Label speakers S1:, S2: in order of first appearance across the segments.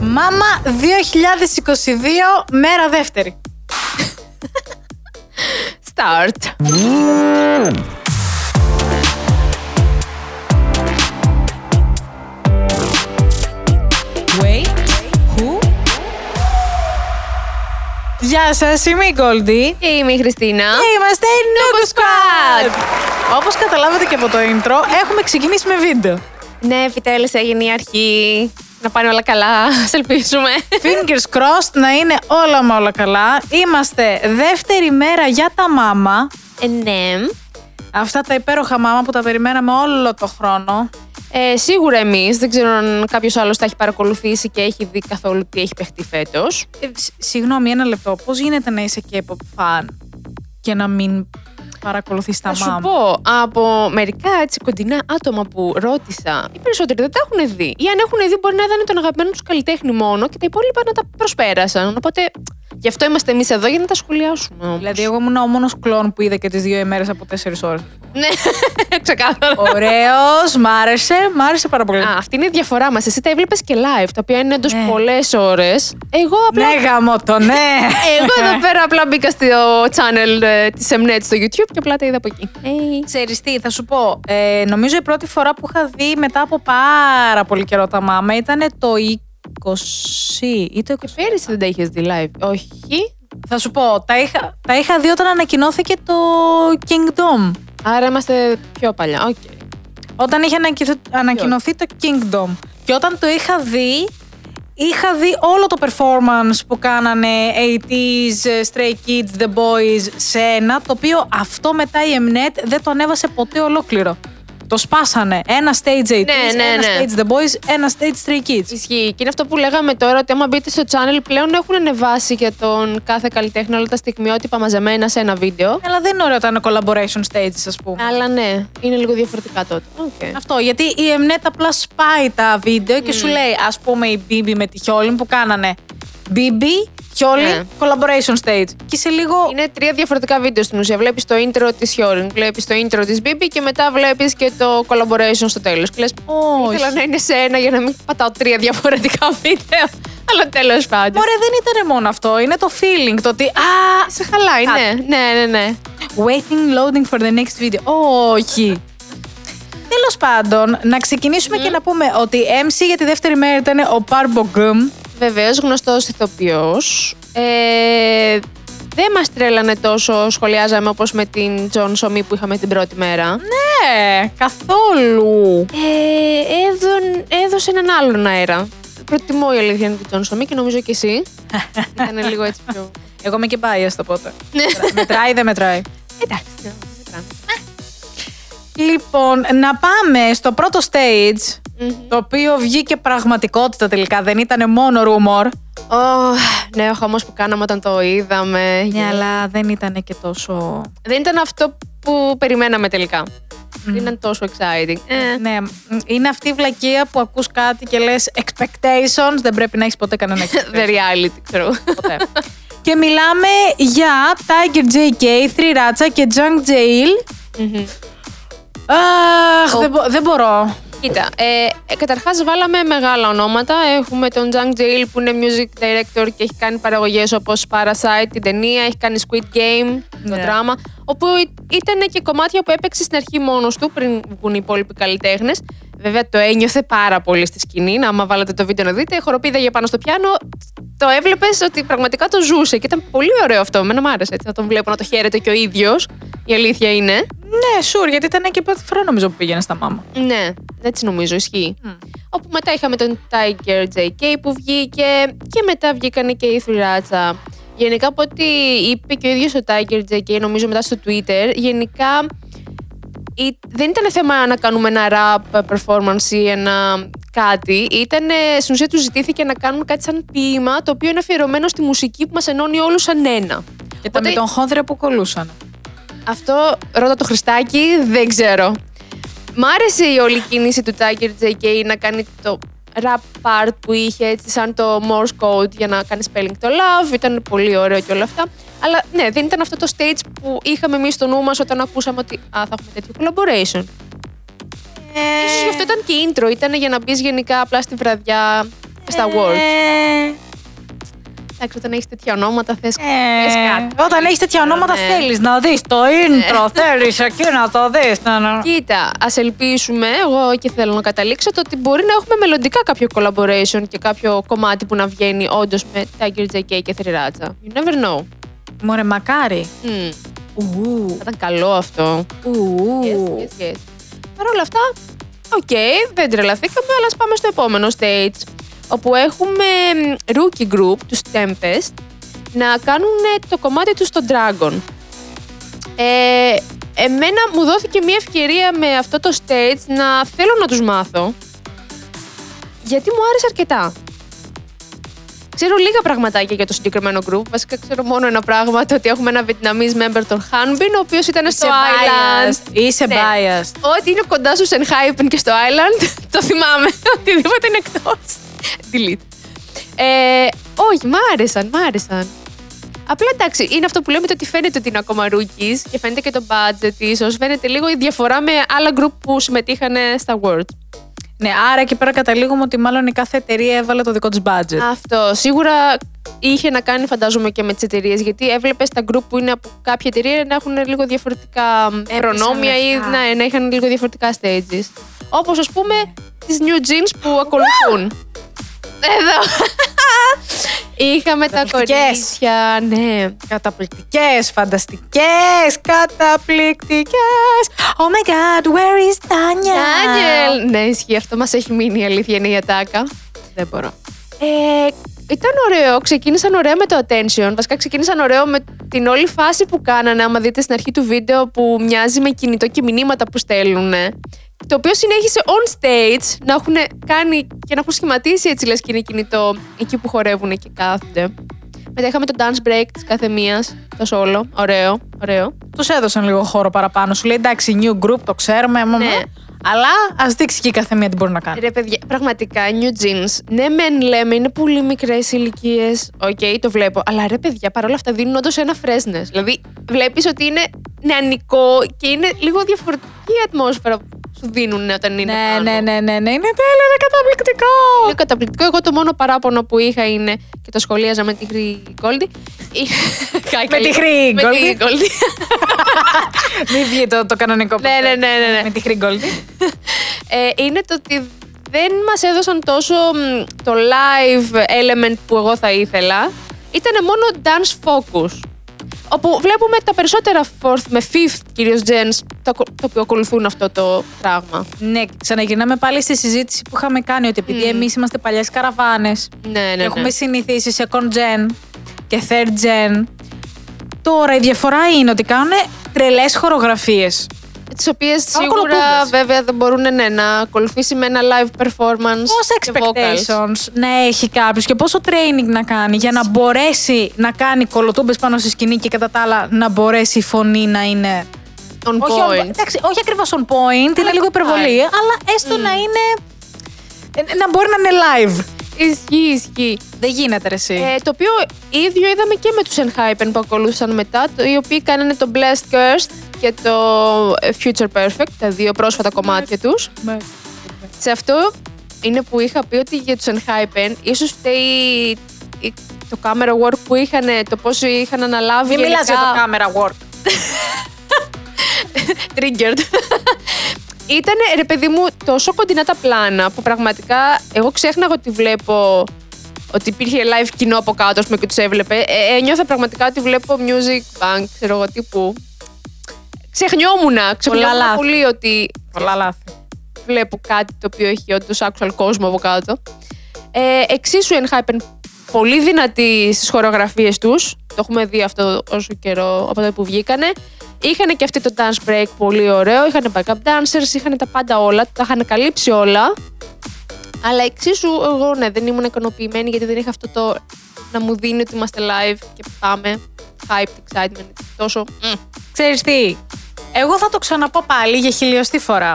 S1: Μάμα 2022, μέρα δεύτερη.
S2: Start. Wait. Who?
S1: Γεια σας, είμαι η Goldie.
S2: Και είμαι η Χριστίνα.
S1: Και είμαστε η Noobs Squad.
S2: Squad.
S1: Όπως καταλάβατε και από το intro, έχουμε ξεκινήσει με βίντεο.
S2: Ναι, επιτέλους έγινε η αρχή. Να πάνε όλα καλά. Ας ελπίσουμε.
S1: Fingers crossed να είναι όλα μα όλα καλά. Είμαστε δεύτερη μέρα για τα μάμα.
S2: Ε, ναι.
S1: Αυτά τα υπέροχα μάμα που τα περιμέναμε όλο το χρόνο.
S2: Ε, σίγουρα εμείς, δεν ξέρω αν κάποιος άλλος τα έχει παρακολουθήσει και έχει δει καθόλου τι έχει παιχτεί φέτος.
S1: Ε, σ- συγγνώμη, ένα λεπτό. Πώς γίνεται να είσαι K-pop fan και να μην παρακολουθείς τα
S2: Θα σου
S1: μάμα.
S2: πω, από μερικά έτσι κοντινά άτομα που ρώτησα, οι περισσότεροι δεν τα έχουν δει. Ή αν έχουν δει, μπορεί να είδαν τον αγαπημένο τους καλλιτέχνη μόνο και τα υπόλοιπα να τα προσπέρασαν. Οπότε γι' αυτό είμαστε εμείς εδώ για να τα σχολιάσουμε. Όμως.
S1: Δηλαδή, εγώ ήμουν ο μόνος κλόν που είδα και τις δύο ημέρες από 4 ώρες.
S2: Ναι, ξεκάθαρα.
S1: Ωραίος, μ' άρεσε, μ' άρεσε πάρα πολύ.
S2: Α, αυτή είναι η διαφορά μας. Εσύ τα έβλεπες και live, τα οποία είναι εντός
S1: Ε. Ναι.
S2: πολλές ώρες. Εγώ απλά.
S1: Ναι, γαμό το, ναι.
S2: Εγώ εδώ πέρα απλά μπήκα στο channel ε, της Mnet στο YouTube και απλά τα είδα από εκεί. Hey.
S1: Ξέρεις τι, θα σου πω. Ε, νομίζω η πρώτη φορά που είχα δει μετά από πάρα πολύ καιρό τα μάμα ήταν το 20 ή το 20.
S2: Πέρυσι δεν τα είχες δει live. Όχι.
S1: Θα σου πω, τα είχα, τα είχα δει όταν ανακοινώθηκε το Kingdom.
S2: Άρα είμαστε πιο παλιά. Οκ.
S1: Όταν είχε ανακοιθ- ανακοινωθεί το Kingdom. Και όταν το είχα δει, είχα δει όλο το performance που κάνανε 80s, Stray Kids, The Boys σε ένα, το οποίο αυτό μετά η Mnet δεν το ανέβασε ποτέ ολόκληρο. Το σπάσανε. Ένα stage 80s,
S2: ναι,
S1: ένα
S2: ναι.
S1: stage The Boys, ένα stage Stray Kids.
S2: Ισχύει. Και είναι αυτό που λέγαμε τώρα ότι άμα μπείτε στο channel πλέον έχουν ανεβάσει για τον κάθε καλλιτέχνη όλα τα στιγμιότυπα μαζεμένα σε ένα βίντεο.
S1: Αλλά δεν είναι ωραίο όταν είναι collaboration stages, ας πούμε.
S2: Αλλά ναι, είναι λίγο διαφορετικά τότε. Okay.
S1: Αυτό, γιατί η Mnet απλά σπάει τα βίντεο και σου
S2: Ναι.
S1: λέει, ας πούμε, η Μπίμπι με τη Χιόλιν που κάνανε. Μπίμπι, Χιόλιν,
S2: Ναι.
S1: collaboration stage. Και σε λίγο
S2: Είναι τρία διαφορετικά βίντεο στην ουσία. Βλέπεις το intro της Χιόριν, βλέπεις το intro της Μπίμπι και μετά βλέπεις και το collaboration στο τέλος. Και λες,
S1: Όχι.
S2: Ήθελα να είναι σε ένα για να μην πατάω τρία διαφορετικά βίντεο. Αλλά τέλος πάντων.
S1: Μωρέ, δεν ήταν μόνο αυτό. Είναι το feeling, το ότι. Α,
S2: Σε χαλάει, ναι. Ναι, ναι, ναι.
S1: waiting, loading for the next video. Όχι. Τέλος πάντων, να ξεκινήσουμε
S2: Ναι.
S1: και να πούμε ότι MC για τη δεύτερη μέρα ήταν ο Parboggum.
S2: Βεβαίως, γνωστός ηθοποιός. Ε, δεν μας τρέλανε τόσο σχολιάζαμε όπως με την Τζον Σομή που είχαμε την πρώτη μέρα.
S1: Ναι, καθόλου.
S2: Ε, έδων- έδωσε έναν άλλον αέρα. Προτιμώ η αλήθεια είναι την Τζον Σομή και νομίζω και εσύ. Ήταν λίγο έτσι πιο.
S1: Εγώ είμαι και biased οπότε.
S2: Ναι.
S1: μετράει ή δεν μετράει.
S2: Εντάξει. ναι, δεν τράμε.
S1: Λοιπόν, να πάμε στο πρώτο stage,
S2: Μμμ.
S1: το οποίο βγήκε πραγματικότητα τελικά, δεν ήταν μόνο rumor.
S2: Ωχ, ναι, ο χαμός που κάναμε όταν το είδαμε.
S1: Ναι, αλλά δεν ήταν και τόσο...
S2: Δεν ήταν αυτό που περιμέναμε τελικά. Δεν ήταν τόσο exciting. Ε,
S1: Ναι, είναι αυτή η βλακεία που ακούς κάτι και λες expectations, δεν πρέπει να έχεις ποτέ κανένα expectation.
S2: The reality, ξέρω.
S1: ποτέ. και μιλάμε για Tiger JK, Three Ratcha και Junk Jail.
S2: Μμμ.
S1: Αχ, δεν, μπο- δεν μπορώ.
S2: Κοίτα, ε, καταρχάς βάλαμε μεγάλα ονόματα. Έχουμε τον Jang Jail που είναι music director και έχει κάνει παραγωγές όπως Parasite, την ταινία, έχει κάνει Squid Game, το
S1: Ναι.
S2: δράμα, όπου ήταν και κομμάτια που έπαιξε στην αρχή μόνος του πριν βγουν οι υπόλοιποι καλλιτέχνες. Βέβαια το ένιωθε πάρα πολύ στη σκηνή, να άμα βάλετε το βίντεο να δείτε, χοροπίδα για πάνω στο πιάνο, το έβλεπες ότι πραγματικά το ζούσε και ήταν πολύ ωραίο αυτό. Εμένα μου άρεσε έτσι, να τον βλέπω να το χαίρεται και ο ίδιος. Η αλήθεια είναι.
S1: Ναι, sure, γιατί ήταν και πρώτη φορά νομίζω που πήγαινε στα μάμα.
S2: Ναι, έτσι νομίζω, ισχύει.
S1: Μμ.
S2: Όπου μετά είχαμε τον Tiger JK που βγήκε και μετά βγήκανε και η Θουράτσα. Γενικά από ό,τι είπε και ο ίδιος ο Tiger JK, νομίζω μετά στο Twitter, γενικά η- δεν ήταν θέμα να κάνουμε ένα rap performance ή ένα κάτι. Ήτανε, στην ουσία τους ζητήθηκε να κάνουν κάτι σαν ποίημα, το οποίο είναι αφιερωμένο στη μουσική που μας ενώνει όλους σαν ένα.
S1: Και τα
S2: Οπότε-
S1: με τον χόνδρια που κολούσαν.
S2: Αυτό ρώτα το Χριστάκι, δεν ξέρω. Μ' άρεσε η όλη κίνηση του Tiger JK να κάνει το rap part που είχε έτσι σαν το Morse code για να κάνει spelling το love, ήταν πολύ ωραίο και όλα αυτά. Αλλά ναι, δεν ήταν αυτό το stage που είχαμε εμείς στο νου μας όταν ακούσαμε ότι α, θα έχουμε τέτοιο collaboration.
S1: Ε,
S2: Ίσως γι' αυτό ήταν και intro, ήταν για να μπεις γενικά απλά στη βραδιά στα World.
S1: Ε,
S2: Εντάξει, όταν έχεις τέτοια ονόματα θες.
S1: Ε,
S2: Πες κάτι.
S1: Όταν έχεις τέτοια ονόματα,
S2: Ναι.
S1: θέλεις να δεις το intro. Θέλεις εκεί να το δεις.
S2: Κοίτα, ας ελπίσουμε, εγώ και θέλω να καταλήξω το ότι μπορεί να έχουμε μελλοντικά κάποιο collaboration και κάποιο κομμάτι που να βγαίνει όντως με Tiger JK και Θρυράτσα. You never know.
S1: Μωρέ, μακάρι.
S2: Μμμ,
S1: Ου,
S2: θα ήταν καλό αυτό.
S1: ου.
S2: Yes, yes, yes. Παρ' όλα αυτά, οκ, δεν τρελαθήκαμε, αλλά ας πάμε στο επόμενο stage. Όπου έχουμε μ, rookie group, τους Tempest, να κάνουν ε, το κομμάτι τους στο Dragon. Ε, εμένα μου δόθηκε μια ευκαιρία με αυτό το stage να θέλω να τους μάθω. Γιατί μου άρεσε αρκετά. Ξέρω λίγα πραγματάκια για το συγκεκριμένο group. Βασικά ξέρω μόνο ένα πράγμα, το ότι έχουμε ένα Βιετναμίς member, τον Hanbin, ο οποίος ήταν στο
S1: Είσαι
S2: Island.
S1: biased. Είσαι
S2: Ναι.
S1: biased.
S2: Ό,τι είναι κοντά σου σε Enhypen και στο Island, το θυμάμαι. Οτιδήποτε είναι εκτός. Delete. Ε, όχι, μ' άρεσαν, μ' άρεσαν. Απλά εντάξει, είναι αυτό που λέμε το ότι φαίνεται ότι είναι ακόμα rookies και φαίνεται και το budget ίσω. Φαίνεται λίγο η διαφορά με άλλα group που συμμετείχαν στα World.
S1: Ναι, άρα εκεί πέρα καταλήγουμε ότι μάλλον η κάθε εταιρεία έβαλε το δικό της budget.
S2: Αυτό. Σίγουρα είχε να κάνει, φαντάζομαι, και με τις εταιρείες. Γιατί έβλεπες τα group που είναι από κάποια εταιρεία να έχουν λίγο διαφορετικά μ,
S1: Έπεσαν
S2: προνόμια ή
S1: λεφτά.
S2: να, να είχαν λίγο διαφορετικά stages. Όπως ας πούμε τις new jeans που ακολουθούν. Εδώ. Είχαμε τα
S1: Καταπληκτικές.
S2: κορίτσια, ναι.
S1: Καταπληκτικές, φανταστικές, καταπληκτικές. Oh my god, where is Tanya?
S2: Daniel. Ναι, ισχύει αυτό. Μας έχει μείνει η αλήθεια, είναι η ατάκα.
S1: Δεν μπορώ.
S2: Ε, ήταν ωραίο. Ξεκίνησαν ωραία με το attention. Βασικά, ξεκίνησαν ωραίο με την όλη φάση που κάνανε. Άμα δείτε στην αρχή του βίντεο που μοιάζει με κινητό και μηνύματα που στέλνουν. Το οποίο συνέχισε on stage να έχουν κάνει και να έχουν σχηματίσει έτσι λες και είναι κινητό εκεί που χορεύουν και κάθονται. Μετά είχαμε το dance break της κάθε μίας, το solo. Ωραίο, ωραίο.
S1: Τους έδωσαν λίγο χώρο παραπάνω. Σου λέει εντάξει, new group, το ξέρουμε. μα, μα.
S2: Ναι.
S1: Αλλά ας δείξει και η καθεμία τι μπορεί να κάνει.
S2: Ρε παιδιά, πραγματικά new jeans. Ναι, μεν λέμε, είναι πολύ μικρές ηλικίες. Οκ, το βλέπω. Αλλά ρε παιδιά, παρόλα αυτά δίνουν όντως ένα freshness. Δηλαδή, βλέπεις ότι είναι νεανικό και είναι λίγο διαφορετική η ατμόσφαιρα που σου δίνουν όταν είναι.
S1: Ναι,
S2: πάνω.
S1: ναι, ναι, ναι, ναι, είναι τέλειο, είναι καταπληκτικό.
S2: Είναι καταπληκτικό. Εγώ το μόνο παράπονο που είχα είναι και το σχολίαζα με τη Χρή Γκόλντι.
S1: Με τη Χρή
S2: Με τη
S1: Γκόλντι.
S2: Γκόλντι.
S1: Μην βγει το, το κανονικό που
S2: Ναι, ναι,
S1: θέλει.
S2: ναι, ναι, ναι.
S1: Με τη χρυγκόλτη.
S2: ε, είναι το ότι δεν μας έδωσαν τόσο μ, το live element που εγώ θα ήθελα. Ήταν μόνο dance focus. Όπου βλέπουμε τα περισσότερα fourth με fifth κυρίως gens το, ακο- το οποίο ακολουθούν αυτό το πράγμα.
S1: ναι, ξαναγυρνάμε πάλι στη συζήτηση που είχαμε κάνει ότι επειδή εμείς είμαστε παλιές καραβάνες
S2: Ναι, ναι, ναι.
S1: και έχουμε συνηθίσει σε second gen και third gen, τώρα η διαφορά είναι ότι κάνουν τρελές χορογραφίες.
S2: Τις οποίες
S1: Κάνω
S2: σίγουρα
S1: κολοκούμπες.
S2: βέβαια δεν μπορούν ναι, να ακολουθήσει με ένα live performance
S1: Πόσα
S2: και vocals.
S1: expectations να έχει κάποιος και πόσο training να κάνει για να μπορέσει να κάνει κολοτούμπες πάνω στη σκηνή και κατά τα άλλα να μπορέσει η φωνή να είναι.
S2: On
S1: Όχι, on-
S2: point.
S1: εντάξει, όχι ακριβώς on point, είναι λίγο υπερβολή, αλλά έστω
S2: Mm.
S1: να είναι. ε, Να μπορεί να είναι live.
S2: Ισχύει, ισχύει.
S1: Δεν γίνεται ρε εσύ.
S2: Ε, το οποίο ίδιο είδαμε και με τους Enhypen που ακολούθησαν μετά, το- οι οποίοι κάνανε το Blessed Cursed και το ε, Future Perfect, τα δύο πρόσφατα κομμάτια τους. Σε αυτό είναι που είχα πει ότι για τους Enhypen ίσως φταίει η- το camera work που είχαν, το πόσο είχαν αναλάβει
S1: Μην μιλάς για το
S2: γενικά-
S1: camera work.
S2: triggered. Ήταν ρε παιδί μου τόσο κοντινά τα πλάνα που πραγματικά εγώ ξέχναγα ότι βλέπω ότι υπήρχε live κοινό από κάτω ας πούμε, και τους έβλεπε. Ε, ένιωθα πραγματικά ότι βλέπω music bank, ξέρω εγώ τύπου. Ξεχνιόμουνα, ξεχνιόμουνα
S1: λάθη.
S2: πολύ ότι
S1: Πολλά λάθη.
S2: βλέπω κάτι το οποίο έχει όντως actual κόσμο από κάτω. Ε, εξίσου Enhypen πολύ δυνατοί στις χορογραφίες τους. Το έχουμε δει αυτό όσο καιρό από τότε που βγήκανε. Είχαν και αυτοί το dance break πολύ ωραίο. Είχαν backup dancers, είχαν τα πάντα όλα. Τα είχαν καλύψει όλα. Αλλά εξίσου εγώ ναι, δεν ήμουν ικανοποιημένη γιατί δεν είχα αυτό το να μου δίνει ότι είμαστε live και πάμε. Hype, excitement, τόσο. μμ.
S1: Ξέρεις τι, εγώ θα το ξαναπώ πάλι για χιλιοστή φορά.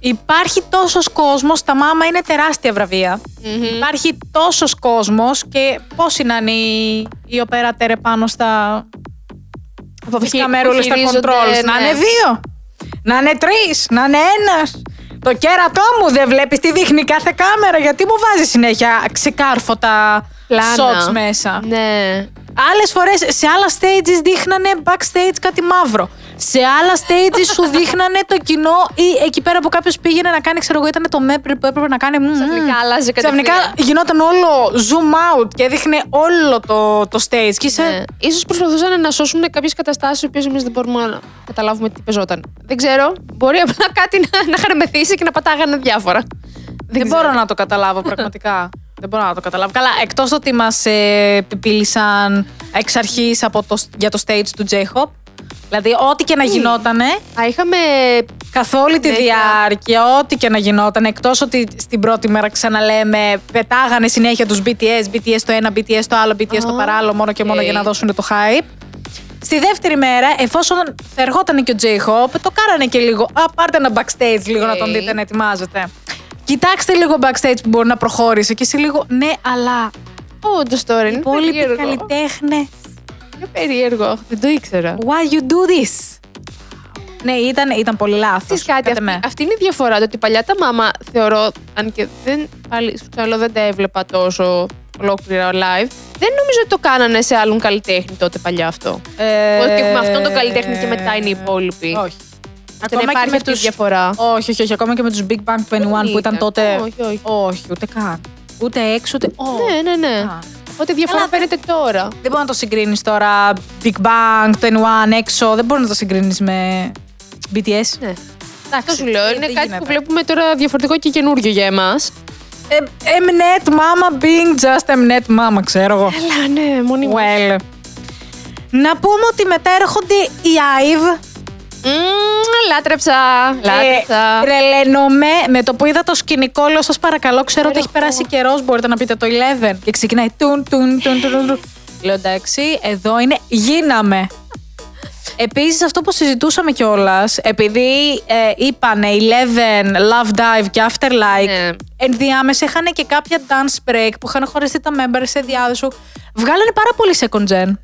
S1: Υπάρχει τόσος κόσμος, τα μάμα είναι τεράστια βραβεία. Υπάρχει τόσος κόσμος και πώς είναι αν οι, οι οπεράτερ πάνω στα
S2: Από ναι.
S1: τις καμερούλες, τα controls. Να είναι δύο, να είναι τρεις, να είναι ένας. Το κέρατό μου δεν βλέπεις τι δείχνει κάθε κάμερα. Γιατί μου βάζει συνέχεια ξεκάρφωτα
S2: Πλάνα.
S1: shots μέσα.
S2: Ναι.
S1: Άλλες φορές σε άλλα stages δείχνανε backstage κάτι μαύρο. Σε άλλα stages σου δείχνανε το κοινό ή εκεί πέρα που κάποιος πήγαινε να κάνει, ξέρω εγώ, ήταν το μέπρι που έπρεπε να κάνει. μμμ, μμμ.
S2: Ξαφνικά άλλαζε κατευθείαν.
S1: Ξαφνικά γινόταν όλο zoom out και έδειχνε όλο το, το stage. Και είσαι.
S2: Ναι. Ίσως προσπαθούσαν να σώσουν κάποιες καταστάσεις οι οποίες εμείς δεν μπορούμε να καταλάβουμε τι πεζόταν. Δεν ξέρω. Μπορεί απλά κάτι να, να χαρμεθήσει και να πατάγανε διάφορα.
S1: Δεν μπορώ να το καταλάβω πραγματικά. Δεν μπορώ να το καταλάβω. Καλά, εκτός ότι μας ε, πήλησαν εξ αρχής για το stage του J-Hop. Δηλαδή, ό,τι
S2: Ναι.
S1: και να γινότανε,
S2: Α, είχαμε.
S1: καθ' όλη τη
S2: Ναι, και-
S1: διάρκεια, ό,τι και να γινόταν, εκτός ότι στην πρώτη μέρα ξαναλέμε, πετάγανε συνέχεια τους BTS, BTS το ένα, BTS το άλλο, BTS το
S2: Α,
S1: παράλληλο, μόνο και μόνο
S2: οκ.
S1: για να δώσουν το hype. Στη δεύτερη μέρα, εφόσον θα ερχόταν και ο J-Hope, το κάρανε και λίγο. Α, πάρτε ένα backstage λίγο να τον
S2: Οκ.
S1: δείτε να ετοιμάζεται. Κοιτάξτε λίγο backstage που μπορεί να προχώρησε και σε λίγο, ναι, αλλά
S2: Όντως τώρα είναι
S1: υπόλοιποι
S2: περίεργο.
S1: καλλιτέχνες.
S2: Είναι περίεργο. Δεν το ήξερα.
S1: Why you do this? Ναι, ήταν, ήταν πολύ λάθος.
S2: Ξέρεις κάτι, αυτή, αυτή είναι η διαφορά. Το ότι παλιά τα μάμα θεωρώ, αν και δεν, πάλι στο ξαλό δεν τα έβλεπα τόσο ολόκληρα live, δεν νομίζω ότι το κάνανε σε άλλον καλλιτέχνη τότε παλιά αυτό. Ότι έχουμε αυτόν τον καλλιτέχνη και μετά είναι οι υπόλοιποι.
S1: Ε, Όχι.
S2: Ώστε να υπάρχει αυτή η διαφορά.
S1: Όχι, όχι, όχι. Ακόμα και με τους Big Bang 21 που ήταν
S2: ήταν.
S1: τότε.
S2: Όχι, όχι.
S1: ούτε καν. Ούτε έξω, ούτε. όχι.
S2: Ναι, ναι, ναι.
S1: Α.
S2: Ότι η διαφορά
S1: Καλά,
S2: φαίνεται τώρα.
S1: Δεν μπορεί να το συγκρίνεις τώρα. Big Bang, 21, έξω. Δεν μπορεί να το συγκρίνεις με BTS.
S2: Ναι.
S1: Εντάξει,
S2: Αυτό σου λέω.
S1: τι-
S2: Είναι
S1: τι
S2: κάτι
S1: γίνεται.
S2: που βλέπουμε τώρα διαφορετικό και καινούριο για εμάς. Ναι.
S1: Ε, Mnet mama being just Mnet mama, ξέρω εγώ.
S2: Καλά, ναι, μονίμω.
S1: Well. Να πούμε ότι μετά έρχονται οι IVE.
S2: Μμμ, Λάτρεψα.
S1: Ε,
S2: Λάτρεψα.
S1: τρελαίνομαι με το που είδα το σκηνικό. Λέω σας παρακαλώ, ξέρω ότι έχει
S2: Τρελαθώ.
S1: περάσει καιρός. Μπορείτε να πείτε το 11. Και ξεκινάει. Τουν, τουν, τουν, τουν, τουν, τουν. Λέω εντάξει, εδώ είναι. Γίναμε. Επίσης, αυτό που συζητούσαμε κιόλας, επειδή ε, είπανε 11, Love Dive και Afterlife,
S2: Ναι.
S1: ενδιάμεσα είχαν και κάποια dance break που είχαν χωριστεί τα members σε διάδοσου. Βγάλανε πάρα πολύ second gen.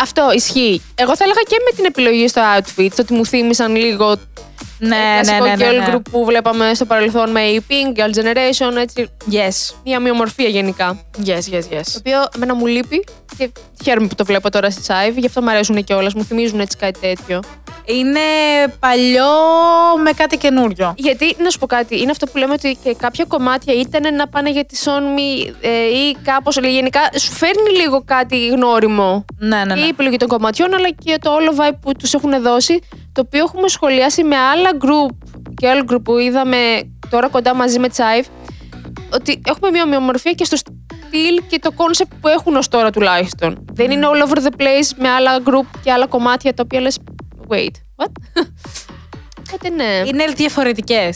S2: Αυτό ισχύει. Εγώ θα έλεγα και με την επιλογή στο outfit, ότι μου θύμισαν λίγο
S1: Ε, Ναι, ναι,
S2: Ε, κλασικό
S1: ναι. ναι,
S2: girl
S1: ναι.
S2: group που βλέπαμε στο παρελθόν με η Pink, Girl Generation, έτσι.
S1: Yes.
S2: Μια ομοιομορφία γενικά.
S1: Yes, yes, yes.
S2: Το οποίο εμένα μου λείπει και χαίρομαι που το βλέπω τώρα στη Chive, γι' αυτό μου αρέσουν και όλες, μου θυμίζουν έτσι κάτι τέτοιο.
S1: Είναι παλιό με κάτι καινούριο.
S2: Γιατί να σου πω κάτι, είναι αυτό που λέμε ότι και κάποια κομμάτια ήταν να πάνε για τη Σόνμη ε, ή κάπως, αλλά γενικά σου φέρνει λίγο κάτι γνώριμο.
S1: Ναι, ναι,
S2: Και
S1: ναι.
S2: η επιλογή των κομματιών, αλλά και το όλο vibe που τους έχουν δώσει, το οποίο έχουμε σχολιάσει με άλλα group, girl group που είδαμε τώρα κοντά μαζί με Chive, ότι έχουμε μια ομοιομορφία και στο στυλ και το concept που έχουν ως τώρα τουλάχιστον.
S1: Ναι.
S2: Δεν είναι all over the place με άλλα group και άλλα κομμάτια τα οποία λες, wait, what? Οπότε ναι. Mm.
S1: Είναι διαφορετικές.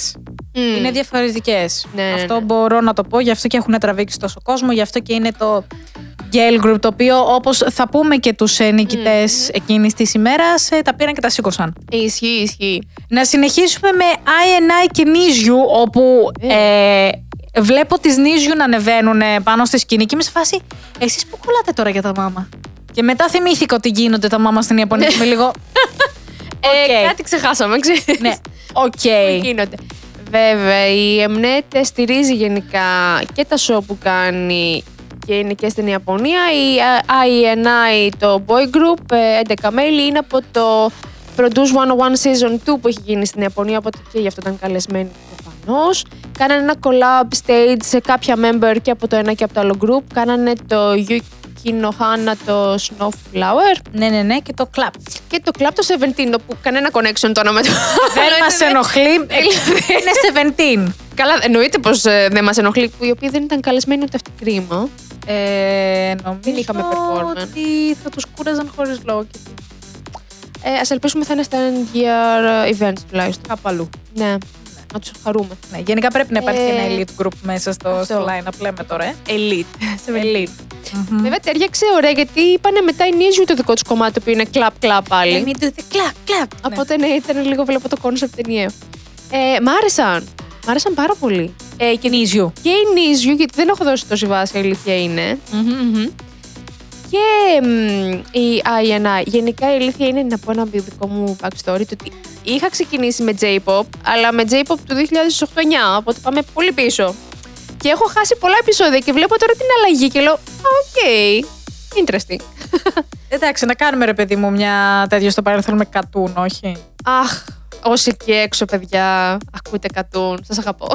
S2: Μμ.
S1: Ε, Είναι διαφορετικέ.
S2: Ναι, ναι,
S1: αυτό
S2: ναι.
S1: μπορώ να το πω, γι' αυτό και έχουν τραβήξει τόσο κόσμο, γι' αυτό και είναι το Gale Group, το οποίο όπως θα πούμε και τους νικητές εκείνης της ημέρας, ε, τα πήραν και τα σήκωσαν.
S2: Ε, Ισχύει, ισχύει.
S1: Να συνεχίσουμε με INI και Νίζιου, όπου ε, βλέπω τις Νίζιου να ανεβαίνουν ε, πάνω στη σκηνή και είμαι σε φάση, εσείς που κολλάτε τώρα για τα μάμα. Και μετά θυμήθηκα ότι γίνονται τα μάμα στην Ιαπωνία και είμαι λίγο,
S2: Ε,
S1: Οκ.
S2: κάτι ξεχάσαμε, ξέρεις.
S1: ναι, οκ.
S2: Γίνονται. Βέβαια, η Εμνέτε στηρίζει γενικά και τα show που κάνει και είναι και στην Ιαπωνία. Η ε, INI, το boy group, ε, 11 μέλη, είναι από το Produce 101 Season 2 που έχει γίνει στην Ιαπωνία, οπότε και γι' αυτό ήταν καλεσμένοι προφανώς. Κάνανε ένα collab stage σε κάποια member και από το ένα και από το άλλο group. Κάνανε το Yuki Nohana το Snowflower
S1: Ναι, ναι, ναι, και το κλαπ.
S2: και το club το 17, όπου κανένα connection το ένα με το
S1: Δεν
S2: άλλο,
S1: μας
S2: έτσι,
S1: ενοχλεί, ε, είναι 17.
S2: Καλά, εννοείται πως δεν μας ενοχλεί που οι οποίοι δεν ήταν καλεσμένοι ούτε αυτή κρίμα.
S1: Ε, νομίζω
S2: Δεν είχαμε performance.
S1: ότι θα τους κούραζαν χωρίς λόγο και
S2: Ε, Ας ελπίσουμε θα είναι στα end year events τουλάχιστον.
S1: κάπου αλλού.
S2: Ναι, να τους χαρούμε.
S1: Ναι, γενικά πρέπει να υπάρχει
S2: Ε,
S1: και ένα elite group μέσα στο, στο
S2: αυτό.
S1: line-up, λέμε τώρα. ε.
S2: Elite.
S1: Elite. Mhm. Μμμ.
S2: Βέβαια, τέριαξε ωραία γιατί είπανε μετά η Νίζιου το δικό του κομμάτι που είναι κλαπ κλαπ πάλι.
S1: Let me do the clap, clap.
S2: Οπότε ναι, ήταν λίγο βλέπω το concept ταινιέ. Ε, μ' άρεσαν. Μ' άρεσαν πάρα πολύ. Ε, και,
S1: Needs you.
S2: και η Νίζιου, γιατί δεν έχω δώσει τόση βάση, η αλήθεια είναι.
S1: Mhm,
S2: Και μ, η INI. Γενικά η αλήθεια είναι να πω ένα δικό μου backstory. Το ότι είχα ξεκινήσει με J-pop, αλλά με J-pop του 2008-2009, οπότε πάμε πολύ πίσω. Και έχω χάσει πολλά επεισόδια και βλέπω τώρα την αλλαγή και λέω, «Α, οκ, interesting.
S1: Εντάξει, να κάνουμε ρε παιδί μου μια τέτοια στο παρελθόν θέλουμε κατούν, όχι.
S2: Αχ, όσοι εκεί έξω, παιδιά, ακούτε κατούν, σας αγαπώ.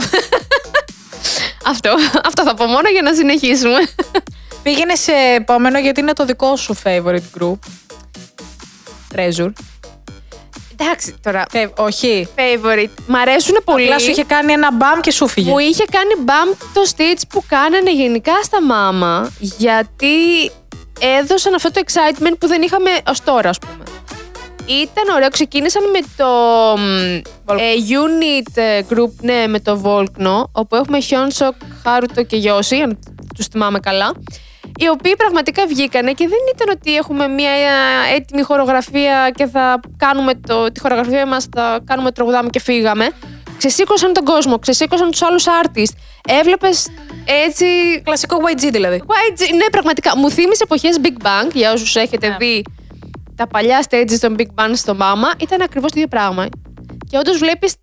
S2: αυτό, αυτό θα πω μόνο για να συνεχίσουμε.
S1: Πήγαινε σε επόμενο γιατί είναι το δικό σου favorite group. Treasure.
S2: Εντάξει, τώρα,
S1: Ε, όχι.
S2: favorite, μ' αρέσουν πολύ.
S1: Απλά σου είχε κάνει ένα μπαμ και σου φύγε.
S2: Μου είχε κάνει μπαμ το stage που κάνανε γενικά στα μάμα, γιατί έδωσαν αυτό το excitement που δεν είχαμε ως τώρα, ας πούμε. Ήταν ωραίο, ξεκίνησαν με το μ, ε, unit ε, group, ναι, με το Volkno, όπου έχουμε Χιόνσοκ, Χάρουτο και Γιώση, αν τους θυμάμαι καλά, οι οποίοι πραγματικά βγήκανε και δεν ήταν ότι έχουμε μια ε, έτοιμη χορογραφία και θα κάνουμε το, τη χορογραφία μας, θα κάνουμε τραγουδάμε και φύγαμε. Ξεσήκωσαν τον κόσμο, ξεσήκωσαν τους άλλους artists. Έβλεπες έτσι
S1: Κλασικό YG δηλαδή.
S2: YG, ναι, πραγματικά. Μου θύμισε εποχές Big Bang, για όσους έχετε
S1: Ναι.
S2: δει τα παλιά stages των Big Bang στο Mama, ήταν ακριβώς το ίδιο πράγμα. Και όντως βλέπεις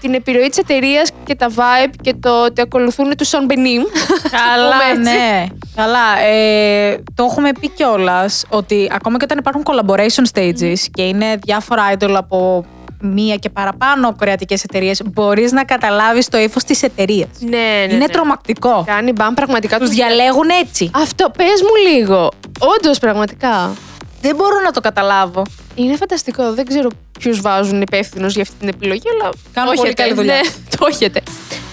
S2: την επιρροή της εταιρείας και τα vibe και το ότι ακολουθούν τους Son Benim.
S1: Καλά, ναι. Καλά. Ε, το έχουμε πει κιόλας ότι ακόμα και όταν υπάρχουν collaboration stages και είναι διάφορα idol από μία και παραπάνω κορεατικές εταιρείες, μπορείς να καταλάβεις το ύφος της εταιρείας.
S2: ναι, ναι.
S1: είναι
S2: ναι.
S1: τρομακτικό.
S2: Κάνει μπαμ πραγματικά.
S1: Τους
S2: τους-
S1: διαλέγουν έτσι.
S2: Αυτό, πες μου λίγο. Όντως, πραγματικά.
S1: Δεν μπορώ να το καταλάβω.
S2: Είναι φανταστικό. Δεν ξέρω ποιους βάζουν υπεύθυνους για αυτή την επιλογή, αλλά.
S1: Κάνουν
S2: το
S1: πολύ
S2: έχετε.
S1: καλή δουλειά.
S2: Ναι, το έχετε.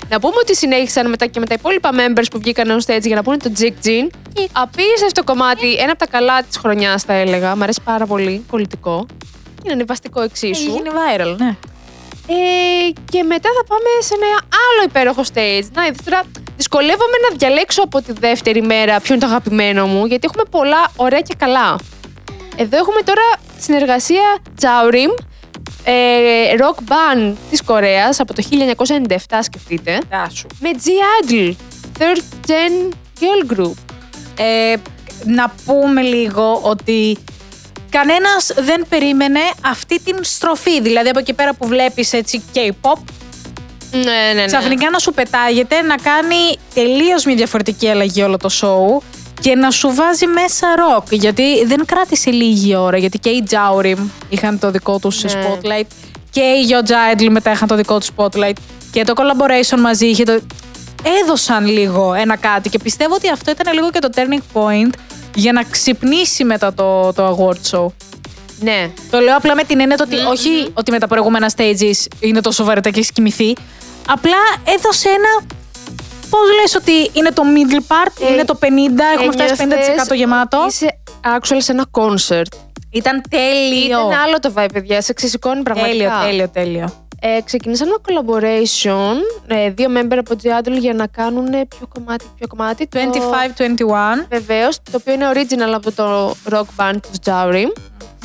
S2: Να πούμε ότι συνέχισαν μετά και με τα υπόλοιπα members που βγήκαν on stage για να πούνε το Jig Jin. Απίστευτο κομμάτι, ένα από τα καλά της χρονιάς, θα έλεγα. Μ' αρέσει πάρα πολύ. Πολιτικό. Είναι ανεβαστικό εξίσου.
S1: Είναι Ε, viral, ναι.
S2: Ε, και μετά θα πάμε σε ένα άλλο υπέροχο stage. Να, είδες τώρα δυσκολεύομαι να διαλέξω από τη δεύτερη μέρα ποιο είναι το αγαπημένο μου, γιατί έχουμε πολλά ωραία και καλά. Εδώ έχουμε τώρα συνεργασία Τζάουριμ, ε, rock band της Κορέας από το 1997, σκεφτείτε,
S1: Γεια σου.
S2: με G Idol, third gen girl group.
S1: Ε, να πούμε λίγο ότι κανένας δεν περίμενε αυτή την στροφή. Δηλαδή από εκεί πέρα που βλέπεις έτσι K-pop,
S2: Ναι, ναι, ναι.
S1: ξαφνικά να σου πετάγεται να κάνει τελείως μια διαφορετική αλλαγή όλο το show και να σου βάζει μέσα ροκ. Γιατί δεν κράτησε λίγη ώρα, γιατί και οι Τζάουριμ είχαν το δικό τους
S2: Ναι.
S1: spotlight και οι Yo Idol μετά είχαν το δικό τους spotlight και το collaboration μαζί είχε το... Έδωσαν λίγο ένα κάτι και πιστεύω ότι αυτό ήταν λίγο και το turning point για να ξυπνήσει μετά το, το award show.
S2: ναι.
S1: Το λέω απλά με την έννοια το ότι όχι ότι με τα προηγούμενα stages είναι τόσο βαρετά και έχει κοιμηθεί. Απλά έδωσε ένα. Πώς λες ότι είναι το middle part,
S2: Ε,
S1: είναι το 50, έχουμε φτάσει
S2: Ένιωθες
S1: 50% γεμάτο.
S2: ότι Είσαι actual σε ένα concert.
S1: Ήταν τέλειο.
S2: Ήταν άλλο το vibe, παιδιά. Σε ξεσηκώνει πραγματικά.
S1: Τέλειο, τέλειο, τέλειο.
S2: Ε, ξεκινήσαμε ένα collaboration, ε, δύο member από G Idol για να κάνουν πιο κομμάτι, πιο κομμάτι. το-
S1: 25-21.
S2: Βεβαίως, το οποίο είναι original από το rock band του Jowry.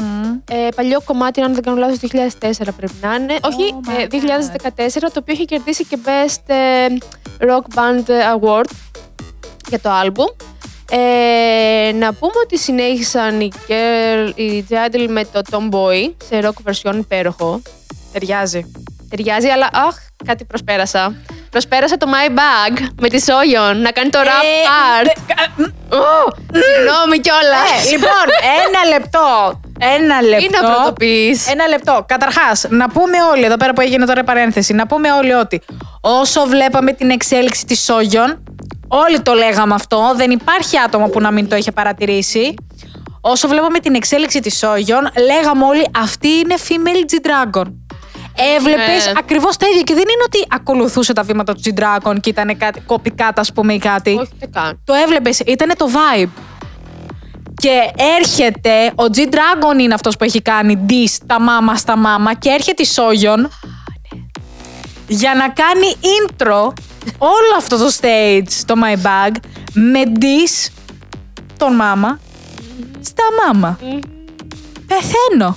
S1: Μμμ.
S2: Ε, παλιό κομμάτι, αν δεν κάνω λάθος, 2004 πρέπει να είναι. Όχι,
S1: my
S2: ε, 2014, το οποίο έχει κερδίσει και Best ε, Rock Band Award για το άλμπουμ. Ε, να πούμε ότι συνέχισαν οι, girl, οι G Idol με το Tomboy σε rock version υπέροχο.
S1: Ταιριάζει.
S2: Ταιριάζει, αλλά αχ, κάτι προσπέρασα. Προσπέρασα το My Bag με τη Σόγιον να κάνει το rap
S1: Ε,
S2: art.
S1: κα- μ,
S2: Ου, Συγγνώμη κιόλας.
S1: ε, λοιπόν, ένα λεπτό. Ένα λεπτό.
S2: Τι να πρωτοποιείς.
S1: Ένα λεπτό. Καταρχάς, να πούμε όλοι, εδώ πέρα που έγινε τώρα η παρένθεση, να πούμε όλοι ότι όσο βλέπαμε την εξέλιξη της Σόγιον, όλοι το λέγαμε αυτό, δεν υπάρχει άτομο που να μην το είχε παρατηρήσει. Όσο βλέπαμε την εξέλιξη της Σόγιον, λέγαμε όλοι αυτή είναι female G-Dragon. Έβλεπες
S2: Ναι.
S1: ακριβώς τα ίδια και δεν είναι ότι ακολουθούσε τα βήματα του G-Dragon και ήταν κάτι copycat, ας πούμε, ή κάτι
S2: Όχι, ούτε καν.
S1: το έβλεπες, ήταν το vibe. Και έρχεται, ο G Dragon είναι αυτός που έχει κάνει diss τα μάμα στα μάμα και έρχεται η Σόγιον για να κάνει intro όλο αυτό το stage, το My Bag, με diss τον μάμα στα μάμα. Πεθαίνω.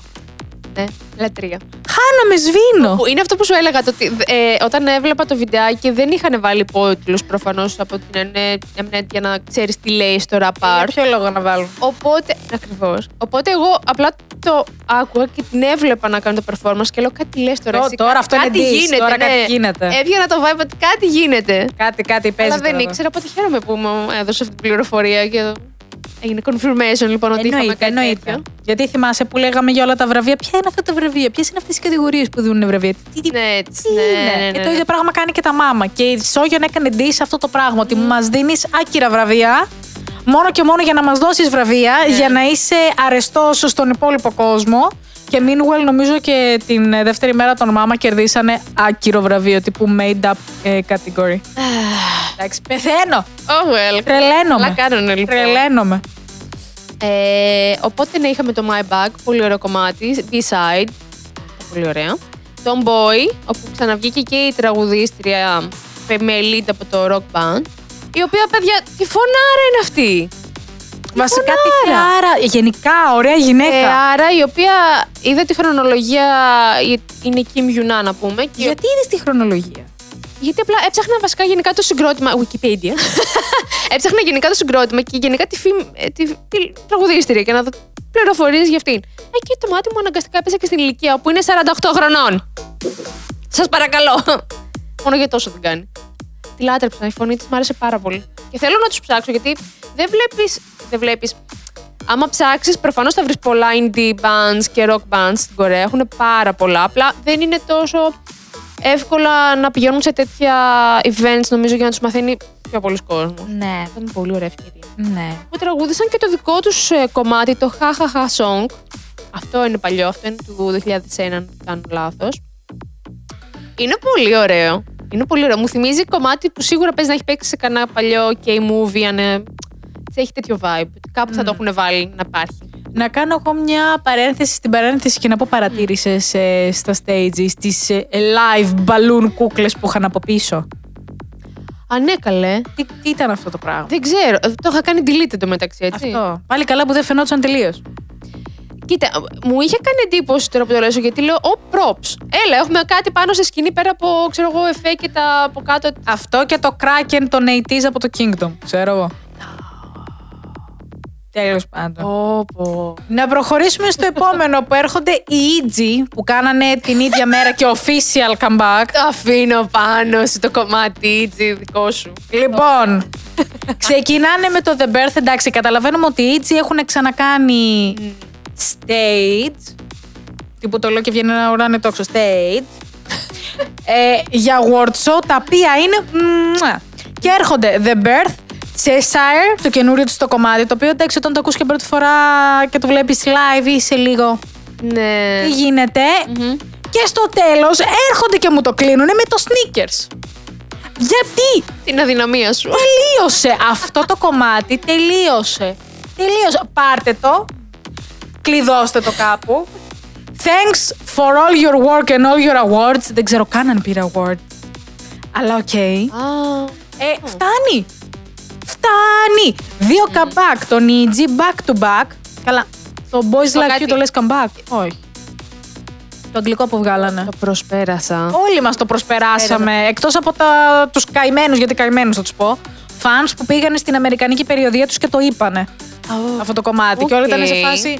S2: Ναι, λατρεία.
S1: Χάνομαι, σβήνω.
S2: Που είναι αυτό που σου έλεγα, το ότι ε, όταν έβλεπα το βιντεάκι δεν είχαν βάλει υπότιτλους προφανώς από την Mnet για να ξέρεις τι λέει στο rap art.
S1: ποιο λόγο να βάλουν.
S2: Οπότε, ακριβώς. Οπότε εγώ απλά το άκουγα και την έβλεπα να κάνω το performance και λέω κάτι λες τώρα.
S1: Ω,
S2: εσύ,
S1: τώρα
S2: κά-
S1: αυτό είναι
S2: κάτι
S1: diss,
S2: γίνεται,
S1: τώρα
S2: ναι.
S1: κάτι γίνεται.
S2: Έβγαινα το vibe ότι κάτι γίνεται.
S1: Κάτι, κάτι παίζει.
S2: Αλλά δεν
S1: τώρα εδώ.
S2: ήξερα, οπότε χαίρομαι που μου έδωσε αυτή την πληροφορία και έγινε confirmation λοιπόν ότι είχαμε
S1: Εννοείται,
S2: κάτι
S1: εννοείται.
S2: τέτοιο.
S1: Γιατί θυμάσαι που λέγαμε για όλα τα βραβεία, ποια είναι αυτά τα βραβεία, ποιες είναι αυτές οι κατηγορίες που δίνουν βραβεία. Τι, τι,
S2: Ναι, έτσι,
S1: τι
S2: ναι,
S1: είναι.
S2: ναι, ναι,
S1: Και
S2: ναι.
S1: το ίδιο πράγμα κάνει και τα μάμα. Και η Σόγιον έκανε ντύ σε αυτό το πράγμα, ότι μας δίνεις άκυρα βραβεία. Μόνο και μόνο για να μας δώσεις βραβεία,
S2: Ναι.
S1: για να είσαι αρεστός στον υπόλοιπο κόσμο. Και meanwhile, νομίζω και την ε, δεύτερη μέρα των μάμα κερδίσανε άκυρο βραβείο τύπου made up ε, category. Εντάξει, πεθαίνω!
S2: Oh well.
S1: Τρελαίνομαι!
S2: Καλά κάνουν λοιπόν.
S1: Τρελαίνομαι.
S2: Ε, οπότε ναι, είχαμε το My Bag, πολύ ωραίο κομμάτι, B-side, πολύ ωραίο. Τον Boy, όπου ξαναβγήκε και η τραγουδίστρια ε, με elite από το rock band, η οποία, παιδιά, τι φωνάρα είναι αυτή!
S1: Βασικά τη
S2: φωνάρα.
S1: Θεάρα, γενικά ωραία γυναίκα.
S2: Ε, άρα η οποία είδα τη χρονολογία, η- είναι Kim Yuna να πούμε. Και
S1: Γιατί είδες τη χρονολογία.
S2: Γιατί απλά έψαχνα βασικά γενικά το συγκρότημα. Wikipedia. έψαχνα γενικά το συγκρότημα και γενικά τη, φήμ, ε, τη, τη τραγουδίστρια και να δω πληροφορίες για αυτήν. Ε, και το μάτι μου αναγκαστικά έπεσε και στην ηλικία που είναι 48 χρονών. Σας παρακαλώ. Μόνο για τόσο την κάνει. Τη λάτρεψα, η φωνή τη μου άρεσε πάρα πολύ. Και θέλω να τους ψάξω γιατί δεν βλέπεις. Δεν βλέπεις. Άμα ψάξεις, προφανώς θα βρεις πολλά indie bands και rock bands στην Κορέα. Έχουν πάρα πολλά. Απλά δεν είναι τόσο εύκολα να πηγαίνουν σε τέτοια events, νομίζω, για να τους μαθαίνει πιο πολλούς κόσμο.
S1: Ναι,
S2: Ήταν πολύ ωραία ευκαιρία.
S1: ναι.
S2: Που τραγούδησαν και το δικό τους κομμάτι, το Ha Ha Ha Song. Αυτό είναι παλιό, αυτό είναι του 2001, αν δεν κάνω λάθος. Είναι πολύ ωραίο. Είναι πολύ ωραίο. Μου θυμίζει κομμάτι που σίγουρα παίζει να έχει παίξει σε κανένα παλιό K-movie, αν. ε, έτσι, Έχει τέτοιο vibe. Κάπου θα το έχουν βάλει να υπάρχει.
S1: Να κάνω εγώ μια παρένθεση στην παρένθεση και να πω παρατήρησες ε, στα stages τις ε, live balloon κούκλες που είχαν από πίσω.
S2: Α, ναι, καλέ.
S1: Τι, τι ήταν αυτό το πράγμα.
S2: Δεν ξέρω. Ε, Το είχα κάνει delete εντωμεταξύ, έτσι.
S1: Αυτό. Πάλι καλά που δεν φαινόταν τελείως.
S2: Κοίτα, μου είχε κάνει εντύπωση τώρα που το λέω, γιατί λέω, ο props. Έλα, έχουμε κάτι πάνω σε σκηνή πέρα από, ξέρω εγώ, εφέ και τα από κάτω.
S1: Αυτό και το Kraken των 80s από το Kingdom. Ξέρω εγώ. Τέλος πάντων.
S2: Όπω.
S1: Να προχωρήσουμε στο επόμενο που έρχονται οι Eiji που κάνανε την ίδια μέρα και official comeback.
S2: Το αφήνω πάνω σου το κομμάτι, έτσι, δικό σου.
S1: Λοιπόν, ξεκινάνε με το The Birth. Εντάξει, καταλαβαίνουμε ότι οι Itzy έχουν ξανακάνει stage. Τι που το λέω και βγαίνει ένα ουράνιο τόξο. Stage. ε, για workshop τα οποία είναι. μουα. Και έρχονται The Birth, Cheshire, το καινούριο του το κομμάτι, το οποίο εντάξει όταν το ακούς και πρώτη φορά και το βλέπεις live είσαι λίγο.
S2: Ναι.
S1: Τι γινεται
S2: Mm-hmm.
S1: Και στο τέλος έρχονται και μου το κλείνουν με το sneakers. Γιατί,
S2: Την αδυναμία σου.
S1: τελείωσε. Αυτό το κομμάτι τελείωσε. Τελείωσε. Πάρτε το. Κλειδώστε το κάπου. Thanks for all your work and all your awards. Δεν ξέρω καν αν πήρε award. Αλλά οκ.
S2: Α,
S1: Ε, φτάνει. Φτάνει. Δύο
S2: Mm-hmm.
S1: comeback. Το Niji back to back. Καλά. Το Boys
S2: Το
S1: Like
S2: κάτι-
S1: You το λες comeback. Όχι. Το αγγλικό που βγάλανε.
S2: το προσπέρασα.
S1: Όλοι μας το προσπεράσαμε, εκτός από τα, τους καημένους, γιατί καημένους θα τους πω. Φανς που πήγανε στην Αμερικανική περιοδία τους και το είπανε αυτό το κομμάτι. Και όλοι ήταν σε
S2: Οκ.
S1: φάση...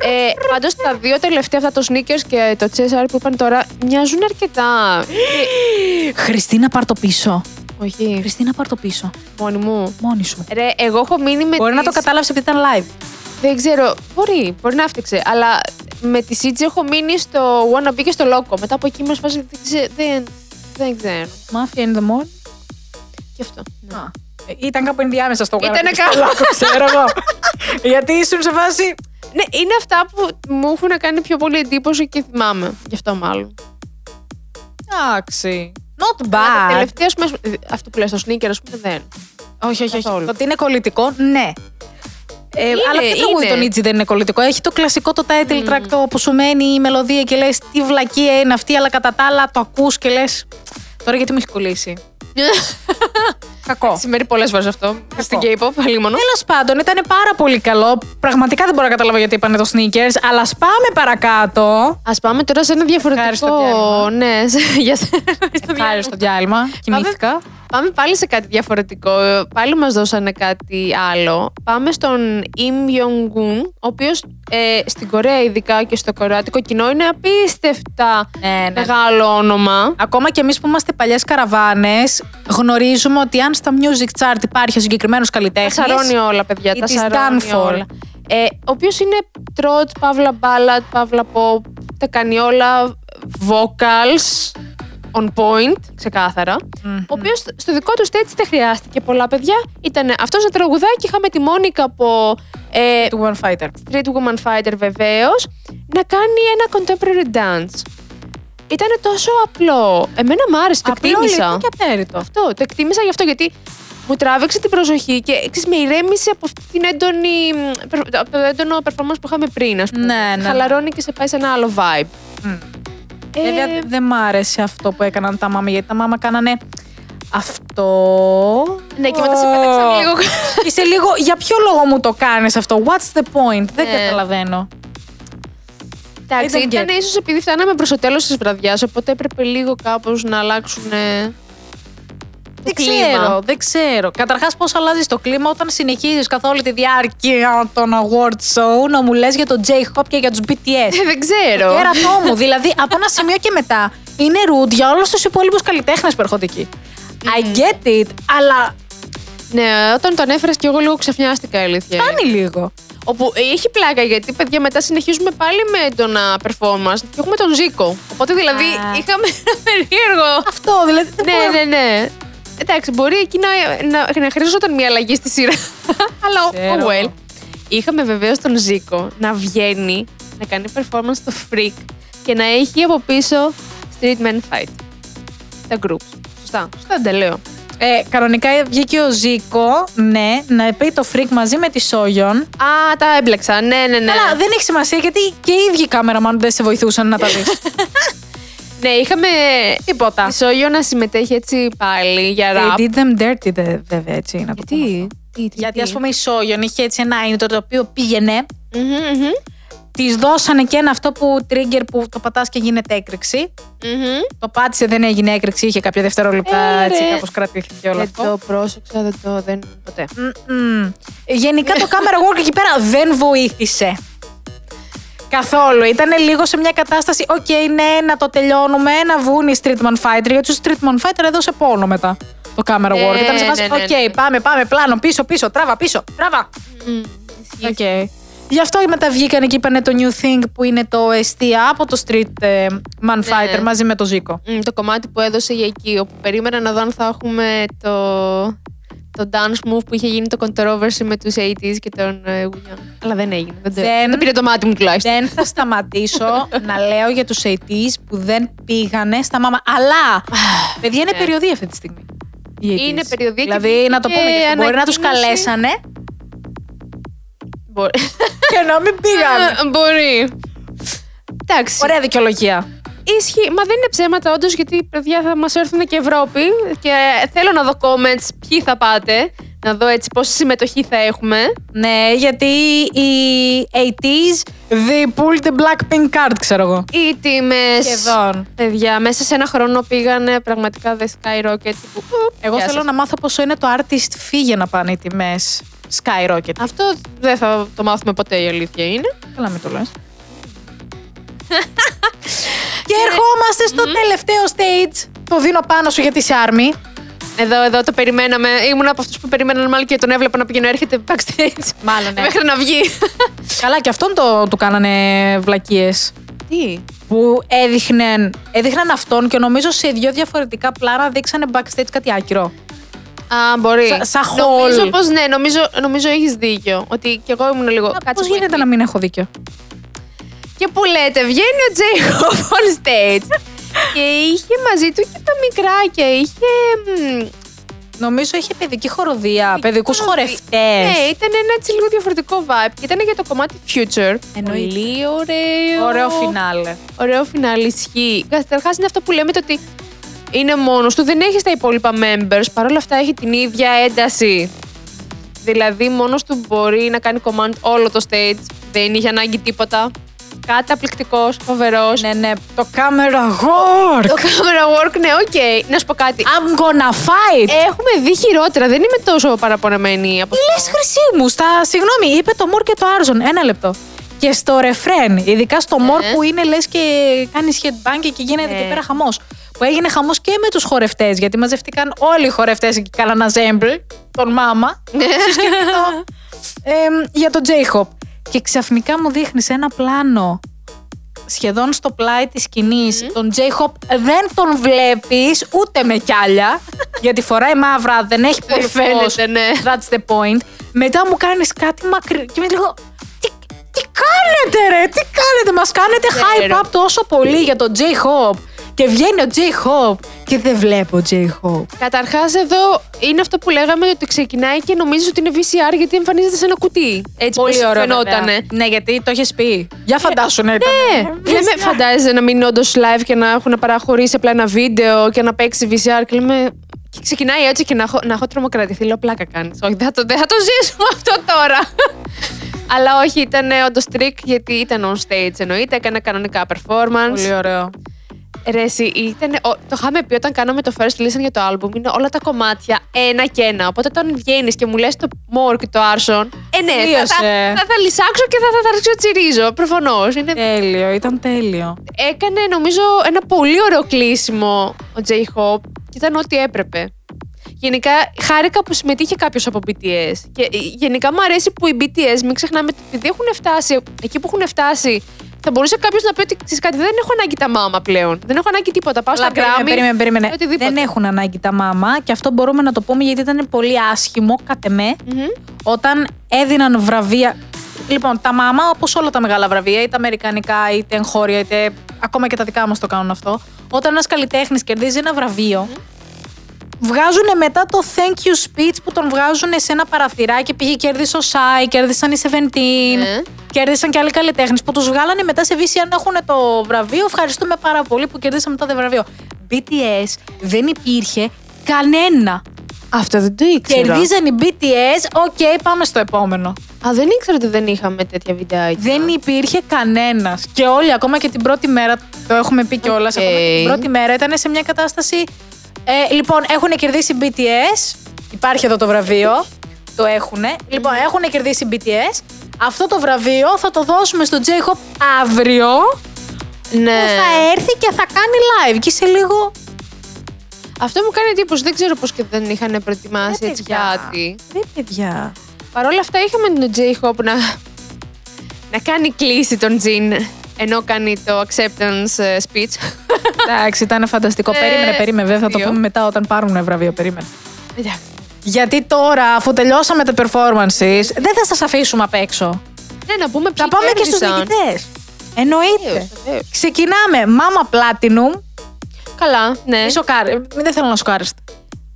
S2: Ε, Πάντως τα δύο τελευταία αυτά, το sneakers και το Cheshire που είπαν τώρα, μοιάζουν αρκετά. Και-
S1: Χριστίνα, πάρ το πίσω.
S2: Όχι,
S1: Χριστίνα, πάρ το πίσω.
S2: μόνη μου.
S1: Μόνη σου.
S2: Ρε, εγώ έχω μείνει με
S1: Μπορεί να το
S2: τις-
S1: κατάλαβες επειδή ήταν live.
S2: Δεν ξέρω. Μπορεί, μπορεί να έφτιαξε. Αλλά με τη Σίτζη έχω μείνει στο Wannabe και στο Loco. Μετά από εκεί με σπάσει. Δεν, ξέ- δεν, δεν ξέρω.
S1: Mafia in the mall.
S2: Και αυτό. Ναι.
S1: Α. Ε, Ήταν κάπου ενδιάμεσα στο γάλα.
S2: Ήτανε
S1: και στο
S2: κάπου.
S1: λάκκο, ξέρω εγώ. Γιατί ήσουν σε φάση.
S2: ναι, είναι αυτά που μου έχουν κάνει πιο πολύ εντύπωση και θυμάμαι. Γι' αυτό μάλλον.
S1: Εντάξει. Not
S2: Αλλά τα
S1: bad.
S2: τελευταία, ας πούμε, ε, αυτό που λες, το sneaker, ας πούμε, δεν.
S1: Όχι, όχι, όχι.
S2: Καθόλου.
S1: Το ότι είναι κολλητικό, ναι. Ε,
S2: Είναι,
S1: αλλά ποιος τραγούδι
S2: είναι. Mm.
S1: τον Ιτζι δεν είναι κολλητικό. Έχει το κλασικό το title track το που σου μένει η μελωδία και λες τι βλακία είναι αυτή, αλλά κατά τα άλλα το ακούς και λες τώρα γιατί μου έχει κολλήσει. Κακό.
S2: Σημαίνει πολλές φορές αυτό. Στην K-pop, λίμωνο.
S1: Τέλος πάντων, ήταν πάρα πολύ καλό. Πραγματικά δεν μπορώ να καταλάβω γιατί είπανε το sneakers, αλλά σπάμε παρακάτω.
S2: Ας πάμε τώρα σε ένα διαφορετικό.
S1: Ευχάριστο διάλειμμα.
S2: Ναι, σε- για σε-
S1: Ευχάριστο διάλειμμα. Κοιμήθηκα.
S2: Πάμε, Πάμε πάλι σε κάτι διαφορετικό. Πάλι μας δώσανε κάτι άλλο. Πάμε στον Im Jong-un, ο οποίος ε, στην Κορέα ειδικά και στο κορεάτικο κοινό είναι απίστευτα
S1: Ναι, ναι.
S2: μεγάλο όνομα.
S1: Ακόμα και εμείς που είμαστε παλιές καραβάνες, γνωρίζουμε ότι αν στα music chart υπάρχει ο συγκεκριμένος
S2: Τα
S1: καλλιτέχνη.
S2: σαρώνει όλα, παιδιά.
S1: It
S2: Τα
S1: is
S2: σαρώνει
S1: done for.
S2: όλα. Ε, ο οποίος είναι τρότ, παύλα μπάλατ, παύλα pop, τα κάνει όλα vocals on point, ξεκαθαρα Ο οποίος στο δικό του stage δεν χρειάστηκε πολλά παιδιά. Ήταν αυτό να τραγουδάει και είχαμε τη Μόνικα από ε,
S1: Του One Fighter.
S2: Street Woman Fighter βεβαίως, να κάνει ένα contemporary dance. Ήταν τόσο απλό. Εμένα μ' άρεσε, το
S1: Απλό
S2: εκτίμησα.
S1: λεπτό και απέριτο.
S2: Αυτό, το εκτίμησα γι' αυτό γιατί μου τράβηξε την προσοχή και ξέρεις, με ηρέμησε από αυτή την έντονη, μ, περ- από το έντονο performance που είχαμε πριν, ας πούμε.
S1: Ναι, ναι.
S2: Χαλαρώνει και σε πάει σε ένα άλλο vibe. Ε,
S1: Βέβαια δεν μ' άρεσε αυτό που έκαναν τα μάμα, γιατί τα μάμα κάνανε αυτό.
S2: Ναι, και μετά σε πέταξαν λίγο.
S1: Είσαι λίγο, για ποιο λόγο μου το κάνεις αυτό, what's the point, δεν
S2: Ναι.
S1: καταλαβαίνω.
S2: Εντάξει,
S1: I don't get
S2: ήταν
S1: it.
S2: ίσως επειδή φτάναμε προς το τέλος της βραδιάς, οπότε έπρεπε λίγο κάπως να αλλάξουν. ε,
S1: Δεν ξέρω, δεν ξέρω. Καταρχάς πώς αλλάζεις το κλίμα όταν συνεχίζεις καθ' όλη τη διάρκεια των award show να μου λες για τον J-Hop και για τους BTS.
S2: Ε, δεν ξέρω.
S1: Κέρατό μου. δηλαδή, από ένα σημείο και μετά είναι rude για όλους τους υπόλοιπους καλλιτέχνες που έρχονται εκεί. I get it, αλλά
S2: Ναι, όταν τον έφερες και εγώ λίγο ξαφνιάστηκα, η αλήθεια. είναι.
S1: κάνει λίγο.
S2: Όπου ε, έχει πλάκα γιατί, παιδιά, μετά συνεχίζουμε πάλι με έντονα performance και έχουμε τον Ζήκο. Οπότε δηλαδή
S1: Α.
S2: είχαμε ένα περίεργο.
S1: Αυτό δηλαδή. δεν μπορώ-
S2: ναι, ναι, ναι. Εντάξει, μπορεί εκεί να, να, να χρειαζόταν μια αλλαγή στη σειρά. Αλλά oh
S1: Ξέρω.
S2: well. Είχαμε βεβαίως τον Ζήκο να βγαίνει να κάνει performance στο Freak και να έχει από πίσω Street Men Fight. Τα groups. Σωστά. Σωστά τα λέω.
S1: Ε, κανονικά βγήκε ο Ζήκο, ναι, να πει το φρικ μαζί με τη Σόγιον.
S2: Α, τα έμπλεξα. Ναι, ναι, ναι.
S1: Αλλά δεν έχει σημασία γιατί και οι ίδιοι κάμεραμαν δεν σε βοηθούσαν να τα δεις.
S2: Ναι, είχαμε
S1: Τίποτα.
S2: τη Σόγιο να συμμετέχει έτσι πάλι για
S1: They
S2: ραπ.
S1: did them dirty, δε- βέβαια, έτσι να το πούμε.
S2: Ε, Γιατί, τι, τι,
S1: Γιατί,
S2: τι.
S1: ας πούμε, η Σόγιον είχε έτσι ένα intro το οποίο πήγαινε
S2: Μμμ, μμμ,
S1: Της δώσανε και ένα αυτό που trigger που το πατάς και γίνεται έκρηξη.
S2: μμμ.
S1: Το πάτησε, δεν έγινε έκρηξη, είχε κάποια δευτερόλεπτα
S2: Ε,
S1: έτσι
S2: ρε.
S1: κάπως κρατήθηκε όλο
S2: Δεν
S1: αυτό.
S2: το πρόσεξα, δεν το, δεν, ποτέ.
S1: Μμμ. Γενικά το camera work εκεί πέρα δεν βοήθησε. Καθόλου. Ήταν λίγο σε μια κατάσταση, οκ, ναι, να το τελειώνουμε, να βγουν οι Streetman Fighter, γιατί του Streetman Fighter έδωσε πόνο μετά το camera work.
S2: Ε,
S1: Ήταν σε φάση,
S2: ναι,
S1: οκ,
S2: ναι, ναι.
S1: πάμε, πάμε, πλάνο, πίσω, πίσω, τράβα, πίσω, τράβα.
S2: Μμ, ισχύει.
S1: Okay. Γι' αυτό μετά βγήκαν και είπαν το New Thing που είναι το εστία από το Street ε, Man Fighter μαζί με το Ζήκο.
S2: Μμ, Το κομμάτι που έδωσε για εκεί, όπου περίμενα να δω αν θα έχουμε το, το dance move που είχε γίνει το controversy με τους 80s και τον ε, Wu-Yang. Αλλά δεν έγινε. Δεν, το-
S1: Δεν-
S2: δεν πήρε το μάτι μου τουλάχιστον.
S1: δεν θα σταματήσω να λέω για τους αιτείς που δεν πήγανε στα μάμα. Αλλά, παιδιά, είναι περιοδία αυτή τη στιγμή. οι ATs.
S2: Είναι περιοδία και
S1: Δηλαδή, να το
S2: βγήκε
S1: πούμε, γιατί μπορεί να τους
S2: ανακοίνωση.
S1: καλέσανε
S2: Μπορεί.
S1: και να μην πήγαν.
S2: Ε, Μπορεί. Εντάξει.
S1: Ωραία δικαιολογία.
S2: Ισχύει. Μα δεν είναι ψέματα, όντως, γιατί παιδιά θα μας έρθουν και Ευρώπη. Και θέλω να δω comments ποιοι θα πάτε. Να δω έτσι πόση συμμετοχή θα έχουμε.
S1: Ναι, γιατί οι 80s, they pulled the Blackpink card, ξέρω εγώ.
S2: Οι τιμέ.
S1: Σχεδόν.
S2: Παιδιά, μέσα σε ένα χρόνο πήγανε πραγματικά the skyrocket. Που,
S1: Εγώ
S2: γεια
S1: θέλω
S2: σας.
S1: να μάθω πόσο είναι το artist φύγε να πάνε οι τιμές skyrocket.
S2: Αυτό δεν θα το μάθουμε ποτέ, η αλήθεια είναι.
S1: Καλά μην το λες. και ερχομαστε στο τελευταίο stage. Το δίνω πάνω σου γιατί είσαι άρμη.
S2: Εδώ, εδώ το περιμέναμε. Ήμουν από αυτούς που περιμέναν, μάλλον και τον έβλεπα να πηγαίνω, έρχεται backstage.
S1: Μάλλον, ναι.
S2: Μέχρι να βγει.
S1: Καλά και αυτόν το, του κάνανε βλακίες.
S2: Τι.
S1: Που έδειχναν, έδειχναν αυτόν και νομίζω σε δύο διαφορετικά πλάνα δείξανε backstage κάτι άκυρο.
S2: Α, μπορεί.
S1: Σα- σαν
S2: Νομίζω
S1: hall.
S2: πως ναι, νομίζω, νομίζω έχεις δίκιο. Ότι κι εγώ ήμουν λίγο. κάτσε
S1: Πώς
S2: που
S1: γίνεται
S2: εκεί.
S1: να μην έχω δίκιο.
S2: Και που λέτε, βγαίνει ο Jacob on stage. και είχε μαζί του και τα μικρά και είχε. μ,
S1: Νομίζω είχε παιδική χοροδία, παιδικούς
S2: χοροδία.
S1: χορευτές.
S2: Ναι, ήταν ένα έτσι λίγο διαφορετικό vibe. Και ήταν για το κομμάτι future.
S1: Εννοείται.
S2: Πολύ ωραίο.
S1: Ωραίο φινάλε.
S2: Ωραίο φινάλι, ισχύει. Καταρχάς είναι αυτό που λέμε το ότι είναι μόνος του, δεν έχεις τα υπόλοιπα members. Παρ' όλα αυτά έχει την ίδια ένταση. Δηλαδή, μόνος του μπορεί να κάνει command όλο το stage. Δεν είχε ανάγκη τίποτα. Καταπληκτικό, φοβερός.
S1: Ναι, ναι, το camera work.
S2: Το camera work, ναι, οκ. Να σου πω κάτι.
S1: I'm gonna fight.
S2: Έχουμε δει χειρότερα. Δεν είμαι τόσο παραπονεμένη από
S1: Τι λες, Χρυσή μου, στα. Συγγνώμη, είπε το Μορ και το Άρζον. Ένα λεπτό. Και στο ρεφρέν, ειδικά στο Μορ που είναι λες και κάνει headbang και γίνεται
S2: Ναι.
S1: και πέρα χαμός. Που έγινε χαμός και με τους χορευτές, γιατί μαζευτήκαν όλοι οι χορευτές και κάναν αζέμπλ, τον μάμα,
S2: Ναι.
S1: ε, για τον J-Hop. Και ξαφνικά μου δείχνεις ένα πλάνο σχεδόν στο πλάι της σκηνης Τον J-Hop δεν τον βλέπεις ούτε με κιάλια, γιατί φοράει μαύρα, δεν έχει
S2: Δεν
S1: πολύ φως.
S2: φαίνεται, ναι.
S1: That's the point. Μετά μου κάνεις κάτι μακρύ και με λίγο... Τι, τι κάνετε ρε, τι κάνετε, μας κάνετε
S2: Ξέρω.
S1: hype up τόσο πολύ για τον J-Hop. Και βγαίνει ο J-Hop και δεν βλέπω J-Hop.
S2: Καταρχάς, εδώ είναι αυτό που λέγαμε ότι ξεκινάει και νομίζεις ότι είναι VCR γιατί εμφανίζεται σε ένα κουτί. Έτσι
S1: Πολύ
S2: πώς
S1: ωραίο
S2: φαινότανε.
S1: βέβαια. Ναι, γιατί το έχεις πει. Για φαντάσου να ήταν.
S2: Ναι, λέμε, φαντάζεσαι να μην είναι όντως live και να έχουν παραχωρήσει απλά ένα βίντεο και να παίξει VCR. Και λέμε. Και ξεκινάει έτσι και να έχω, να έχω τρομοκρατηθεί. Λέω πλάκα κάνεις. Όχι, δεν θα, το, δεν θα το ζήσουμε αυτό τώρα. Αλλά όχι, ήταν όντως τρίκ γιατί ήταν on stage εννοείται. Έκανε κανονικά performance.
S1: Πολύ ωραίο.
S2: Ρε, εσύ, ήτανε- ο- το είχαμε πει όταν κάναμε το first listen για το album, είναι όλα τα κομμάτια ένα και ένα. Οπότε όταν βγαίνεις και μου λες το More και το Arson, ε, ναι, θα, θα,
S1: Τελείωσε.
S2: θα, θα λυσάξω και θα, θα, θα ρίξω τσιρίζω. Προφανώ.
S1: Τέλειο, ήταν τέλειο.
S2: Έκανε, νομίζω, ένα πολύ ωραίο κλείσιμο ο J-Hope και ήταν ό,τι έπρεπε. Γενικά, χάρηκα που συμμετείχε κάποιος από BTS. Και ε, γενικά μου αρέσει που οι BTS, μην ξεχνάμε, επειδή έχουν φτάσει εκεί που έχουν φτάσει, θα μπορούσε κάποιος να πει ότι ξέρεις κάτι, δεν έχω ανάγκη τα μάμα πλέον. Δεν έχω ανάγκη τίποτα. Πάω στα
S1: περίμενε,
S2: Grammy.
S1: περίμενε, περίμενε.
S2: Οτιδήποτε.
S1: Δεν έχουν ανάγκη τα μάμα και αυτό μπορούμε να το πούμε γιατί ήταν πολύ άσχημο, κατ' εμέ, όταν έδιναν βραβεία. Λοιπόν, τα μάμα, όπως όλα τα μεγάλα βραβεία, είτε αμερικανικά, είτε εγχώρια, είτε ακόμα και τα δικά μας το κάνουν αυτό. Όταν ένας καλλιτέχνης κερδίζει ένα βραβείο, βγάζουν μετά το thank you speech που τον βγάζουν σε ένα παραθυράκι. Πήγε κέρδισε ο Σάι, κέρδισαν οι 17,
S2: Ναι.
S1: κέρδισαν και άλλοι καλλιτέχνες που τους βγάλανε μετά σε VCR να έχουν το βραβείο. Ευχαριστούμε πάρα πολύ που κερδίσαμε το βραβείο. BTS δεν υπήρχε κανένα.
S2: Αυτό δεν το ήξερα.
S1: Κερδίζαν οι BTS, οκ, πάμε στο επόμενο.
S2: Α, δεν ήξερα ότι δεν είχαμε τέτοια βιντεάκια.
S1: Δεν υπήρχε κανένας. Και όλοι, ακόμα και την πρώτη μέρα, το έχουμε πει κιόλας.
S2: Οκ.
S1: Ακόμα και την πρώτη μέρα ήταν σε μια κατάσταση. Ε, λοιπόν, έχουν κερδίσει BTS. Υπάρχει εδώ το βραβείο. Το έχουν. Λοιπόν, έχουν κερδίσει BTS. Αυτό το βραβείο θα το δώσουμε στο J-Hop αύριο.
S2: Ναι.
S1: Που θα έρθει και θα κάνει live. Και σε λίγο.
S2: Αυτό μου κάνει εντύπωση. Δεν ξέρω πώς και δεν είχαν προετοιμάσει
S1: «Ρε,
S2: έτσι
S1: παιδιά,
S2: κάτι.
S1: Ρε, παιδιά.
S2: Παρ' όλα αυτά είχαμε τον J-Hope να, να κάνει κλίση τον Τζιν ενώ κάνει το acceptance ε, speech.
S1: Εντάξει, ήταν φανταστικό.
S2: Ε,
S1: περίμενε, περίμενε. Βέβαια, θα το
S2: δύο.
S1: πούμε μετά όταν πάρουν βραβείο. Περίμενε.
S2: Εντάξει.
S1: Γιατί τώρα, αφού τελειώσαμε τα performances, δεν θα σας αφήσουμε απ' έξω.
S2: ναι, να πούμε ποιοι
S1: Θα πάμε και στους
S2: κέρδισαν.
S1: διοικητές. Εννοείται.
S2: Βεβαίως, βεβαίως.
S1: Ξεκινάμε. Μάμα Platinum.
S2: Καλά, ναι.
S1: Μη σοκάρε- Δεν θέλω να σοκάρεστε.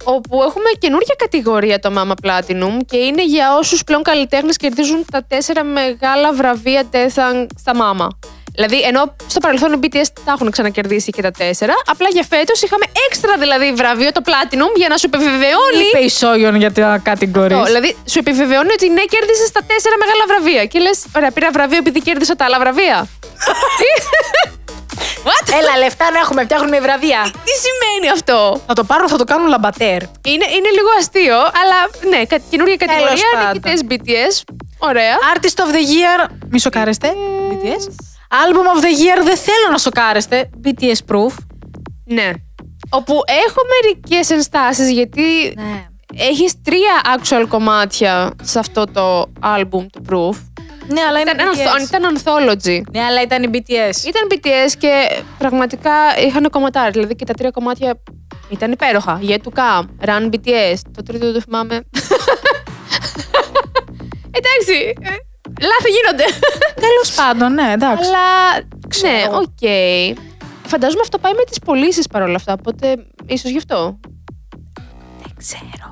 S2: Όπου έχουμε καινούργια κατηγορία το Mama Platinum και είναι για όσους πλέον καλλιτέχνες κερδίζουν τα τέσσερα μεγάλα βραβεία Τέθαν στα Mama. Δηλαδή, ενώ στο παρελθόν οι BTS τα έχουν ξανακερδίσει και τα τέσσερα, απλά για φέτος είχαμε έξτρα δηλαδή βραβείο το Platinum για να σου επιβεβαιώνει
S1: Είπε η Σόγιον για τα κατηγορίες.
S2: Αυτό, δηλαδή, σου επιβεβαιώνει ότι ναι, κέρδισες τα τέσσερα μεγάλα βραβεία. Και λες, ωραία, πήρα βραβείο επειδή κέρδισα τα άλλα βραβεία. What?
S1: Έλα, λεφτά να έχουμε, φτιάχνουμε βραβεία.
S2: Τι σημαίνει αυτό.
S1: Θα το πάρω, θα το κάνουν λαμπατέρ.
S2: Είναι, είναι λίγο αστείο, αλλά ναι, κα- καινούργια κατηγορία,
S1: πάντων.
S2: νικητές BTS. Ωραία.
S1: Artist of the Year. Μη σοκάρεστε. BTS. Album of the Year. Δεν θέλω να σοκάρεστε. BTS Proof.
S2: Ναι. Όπου έχω μερικές ενστάσεις, γιατί
S1: Ναι.
S2: έχεις τρία actual κομμάτια σε αυτό το album του Proof.
S1: Ναι, αλλά είναι
S2: Ήταν, ένα
S1: BTS.
S2: ανθο- ήταν anthology.
S1: Ναι, αλλά ήταν η BTS.
S2: Ήταν BTS και πραγματικά είχαν κομματάρει. Δηλαδή και τα τρία κομμάτια ήταν υπέροχα. Yet to come, Run BTS. Το τρίτο δεν το θυμάμαι. Εντάξει. ε, Λάθη γίνονται.
S1: Τέλος πάντων, ναι, εντάξει.
S2: Αλλά ναι,
S1: Ξέρω.
S2: οκ. Φαντάζομαι αυτό πάει με τις πωλήσεις παρόλα αυτά. Οπότε ίσως γι' αυτό.
S1: Δεν ξέρω.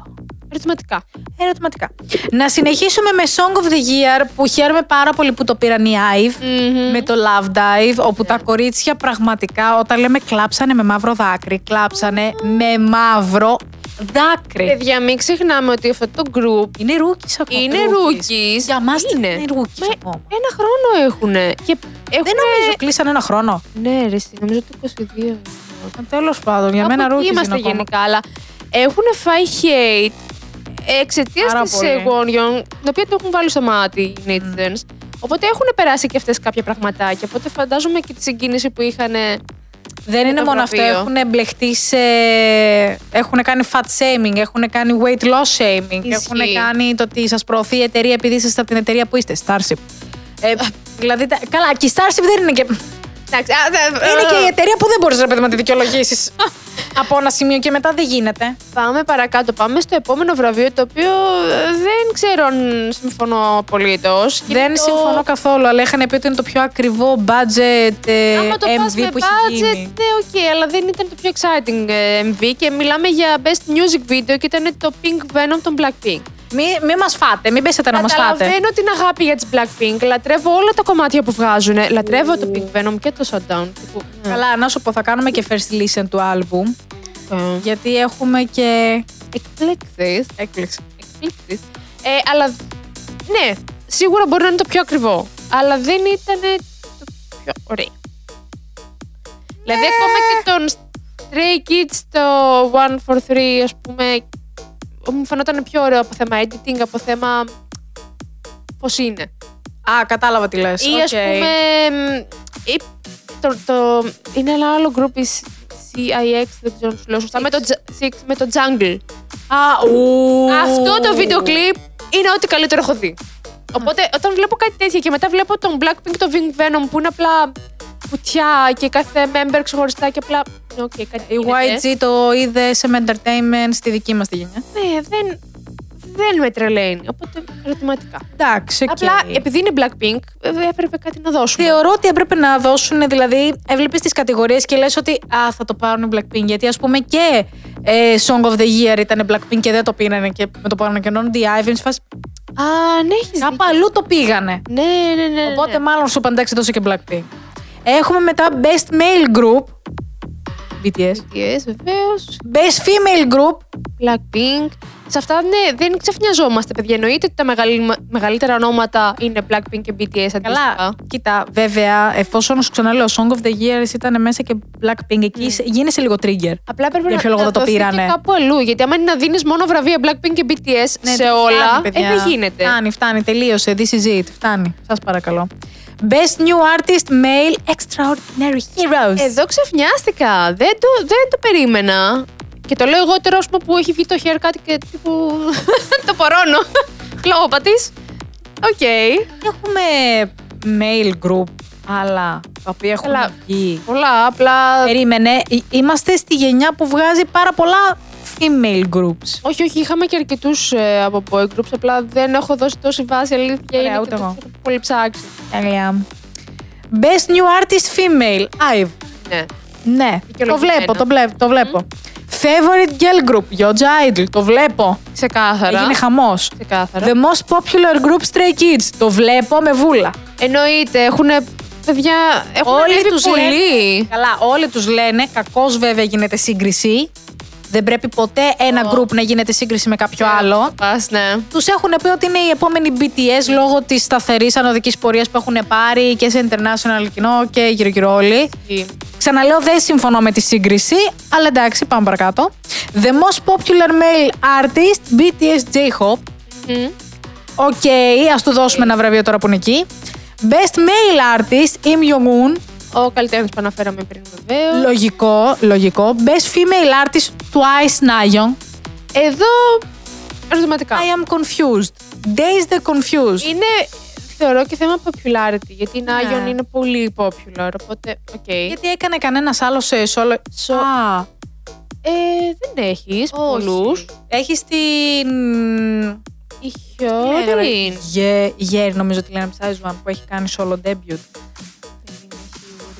S2: Ερωτηματικά.
S1: Ερωτηματικά. Να συνεχίσουμε με Song of the Year που χαίρομαι πάρα πολύ που το πήραν οι IVE.
S2: Mm-hmm.
S1: Με το Love Dive, όπου τα κορίτσια πραγματικά όταν λέμε κλάψανε με μαύρο δάκρυ, κλάψανε με μαύρο δάκρυ.
S2: Παιδιά, μην ξεχνάμε ότι αυτό το group
S1: Είναι ρούκι ακόμα.
S2: είναι
S1: rookies.
S2: rookies.
S1: Για μας
S2: είναι.
S1: είναι ρούκι
S2: Μα-
S1: ακόμα.
S2: Ένα χρόνο έχουνε. Και έχουν...
S1: Δεν νομίζω κλείσαν ένα χρόνο.
S2: Ναι, ρε, εσύ, νομίζω ότι 22. είναι.
S1: Τέλος πάντων, για
S2: Κάπου
S1: μένα
S2: εκεί
S1: ρούκι είναι
S2: είμαστε
S1: ακόμα.
S2: γενικά, αλλά έχουν φάει hate εξαιτίας
S1: Πάρα
S2: της
S1: πολύ.
S2: Γόνιον, την οποία το έχουν βάλει στο μάτι οι netizens.
S1: Mm.
S2: Οπότε έχουν περάσει και αυτές κάποια πραγματάκια. Οπότε φαντάζομαι και τη συγκίνηση που είχαν.
S1: Δεν
S2: με
S1: είναι
S2: το
S1: μόνο αυτό.
S2: βραβείο.
S1: Έχουν μπλεχτεί σε. Έχουν κάνει fat shaming, έχουν κάνει weight loss shaming.
S2: Ισχύει.
S1: Έχουν κάνει το ότι σας προωθεί η εταιρεία επειδή είστε από την εταιρεία που είστε. Starship. Ε, δηλαδή, τα- καλά, και η Starship δεν είναι και.
S2: Εντάξει, α, δε- ε,
S1: Είναι και η εταιρεία που δεν μπορείς να παιδί, να τη δικαιολογήσεις. από ένα σημείο και μετά δεν γίνεται.
S2: Πάμε παρακάτω. Πάμε στο επόμενο βραβείο, το οποίο ε, δεν ξέρω αν συμφωνώ απολύτως.
S1: Δεν συμφωνώ καθόλου, αλλά είχαν πει ότι είναι το πιο ακριβό budget ε,
S2: Άμα το πας
S1: MV
S2: με
S1: που
S2: budget,
S1: έχει γίνει.
S2: ναι, οκ, αλλά δεν ήταν το πιο exciting ε, MV και μιλάμε για best music video και ήταν το Pink Venom των Blackpink.
S1: Μην μη μας φάτε, μην πέσετε να μας φάτε.
S2: Καταλαβαίνω την αγάπη για τις Blackpink, λατρεύω όλα τα κομμάτια που βγάζουν. Λατρεύω το Pink Venom και το Shutdown. Τύπου, ναι,
S1: Καλά, να σου πω, θα κάνουμε και first listen του album.
S2: οκ.
S1: Γιατί έχουμε και.
S2: Ε, Εκπλήξεις.
S1: Έκπληξη.
S2: Εκπλήξεις. Ε, αλλά, ναι, σίγουρα μπορεί να είναι το πιο ακριβό, αλλά δεν ήταν το πιο ωραίο. Δηλαδή, ακόμα και τον Stray Kids το 143, ας πούμε, μου φαινόταν πιο ωραίο από θέμα editing, από θέμα πώς είναι.
S1: Α, κατάλαβα τι λες.
S2: Ή ας πούμε. μ, ή το, το, είναι ένα άλλο group η CIX, δεν ξέρω να σου λέω σωστά. Με το, Dz- Six, με το Jungle.
S1: Α, ου.
S2: Αυτό το βίντεο κλιπ είναι ό,τι καλύτερο έχω δει. Οπότε όταν βλέπω κάτι τέτοιο και μετά βλέπω τον Blackpink, το Ving Venom που είναι απλά κουτιά και κάθε member ξεχωριστά και απλά. Ναι, οκ, κάτι
S1: Η
S2: γίνεται.
S1: YG το είδε σε με entertainment στη δική μας τη γενιά.
S2: Ναι, δεν, δεν με τρελαίνει. Οπότε ερωτηματικά.
S1: Εντάξει, οκ.
S2: Απλά επειδή είναι Blackpink, ε, έπρεπε κάτι να δώσουμε.
S1: Θεωρώ ότι έπρεπε να δώσουν, δηλαδή, έβλεπες τις κατηγορίες και λες ότι α, θα το πάρουν οι Blackpink. Γιατί, ας πούμε, και ε, Song of the Year ήταν Blackpink και δεν το πήρανε και με το παρανακαινόν. The Ivans φάση.
S2: Α, ναι, έχεις
S1: Κάπου αλλού το πήγανε.
S2: Ναι, ναι, ναι, ναι. ναι.
S1: Οπότε, μάλλον σου είπαν εντάξει, δώσε και Blackpink. Έχουμε μετά Best Male Group. BTS.
S2: BTS, βεβαίως.
S1: Best Female Group.
S2: Blackpink. Σε αυτά, ναι, δεν ξαφνιαζόμαστε, παιδιά. Εννοείται ότι τα μεγαλυ- μεγαλύτερα ονόματα είναι Blackpink και BTS αντίστοιχα.
S1: Καλά. Κοίτα, βέβαια, εφόσον σου ξαναλέω, Song of the Year ήταν μέσα και Blackpink, εκεί
S2: Ναι.
S1: γίνεσαι λίγο trigger.
S2: Απλά πρέπει
S1: Για
S2: να,
S1: ποιο λόγο
S2: να
S1: δεν το
S2: δοθεί
S1: πήρανε.
S2: και κάπου αλλού. Γιατί άμα είναι να δίνεις μόνο βραβεία Blackpink και BTS σε όλα, ε, δεν γίνεται.
S1: Ναι, Φτάνει, φτάνει, τελείωσε. This is it. Φτάνει. Σας παρακαλώ. Best New Artist Male Extraordinary Heroes.
S2: Εδώ ξαφνιάστηκα. Δεν το, δεν το περίμενα. Και το λέω εγώ τώρα ας πούμε, που έχει βγει το haircut και τύπου. το παρώνω. Κλώπατης. Οκ.
S1: Έχουμε male group, αλλά τα οποία έχουν
S2: Καλά.
S1: βγει.
S2: Πολλά, απλά.
S1: Περίμενε, ε, είμαστε στη γενιά που βγάζει πάρα πολλά female groups.
S2: Όχι, όχι, είχαμε και αρκετούς από boy groups. Απλά δεν έχω δώσει τόση βάση. Αλήθεια
S1: Ωραία,
S2: είναι.
S1: ούτε
S2: και το
S1: εγώ.
S2: έχω πολύ ψάξει.
S1: Τέλεια. Best New Artist Female, Ive.
S2: Ναι.
S1: Ναι, το
S2: Δικαιολογημένο.
S1: βλέπω, το βλέπω. Το βλέπω. Favorite Girl Group, Georgia Idol, το βλέπω.
S2: Ξεκάθαρα.
S1: Έγινε χαμός.
S2: Ξεκάθαρα.
S1: The most popular group Stray Kids. Το βλέπω με βούλα.
S2: Εννοείται, έχουν παιδιά. Έχουν ανέβει πολύ.
S1: λένε. Καλά, όλοι τους λένε. Κακώς βέβαια γίνεται σύγκριση. Δεν πρέπει ποτέ ένα group να γίνεται σύγκριση με κάποιο άλλο.
S2: Πας, ναι.
S1: Τους έχουν πει ότι είναι η επόμενη BTS λόγω της σταθερής ανωδικής πορείας που έχουν πάρει και σε international κοινό και γύρω-γύρω όλοι. Ξαναλέω, δεν συμφωνώ με τη σύγκριση, αλλά εντάξει, πάμε παρακάτω. The most popular male artist, BTS J-Hope.
S2: Μμμ.
S1: Οκ, ας του δώσουμε ένα βραβείο τώρα που είναι εκεί. Best male artist, Im Jong-un.
S2: Ο καλλιτέχνης που αναφέραμε πριν βεβαίως.
S1: Λογικό, λογικό. Best female artist, Twice Nayeon.
S2: Εδώ. Ερωτηματικά.
S1: I am confused. Days the confused.
S2: Είναι. Θεωρώ και θέμα popularity. Γιατί
S1: Ναι.
S2: η Νάγιον είναι πολύ popular. Οπότε. Οκ.
S1: Γιατί έκανε κανένας άλλος σε solo.
S2: Σο-
S1: Α,
S2: Ε, δεν έχεις πολλού.
S1: πολλούς. Έχεις την.
S2: Η
S1: Ναι,
S2: Χιόριν.
S1: Γε, γέρι, νομίζω ότι λένε ψάζει που έχει κάνει solo debut.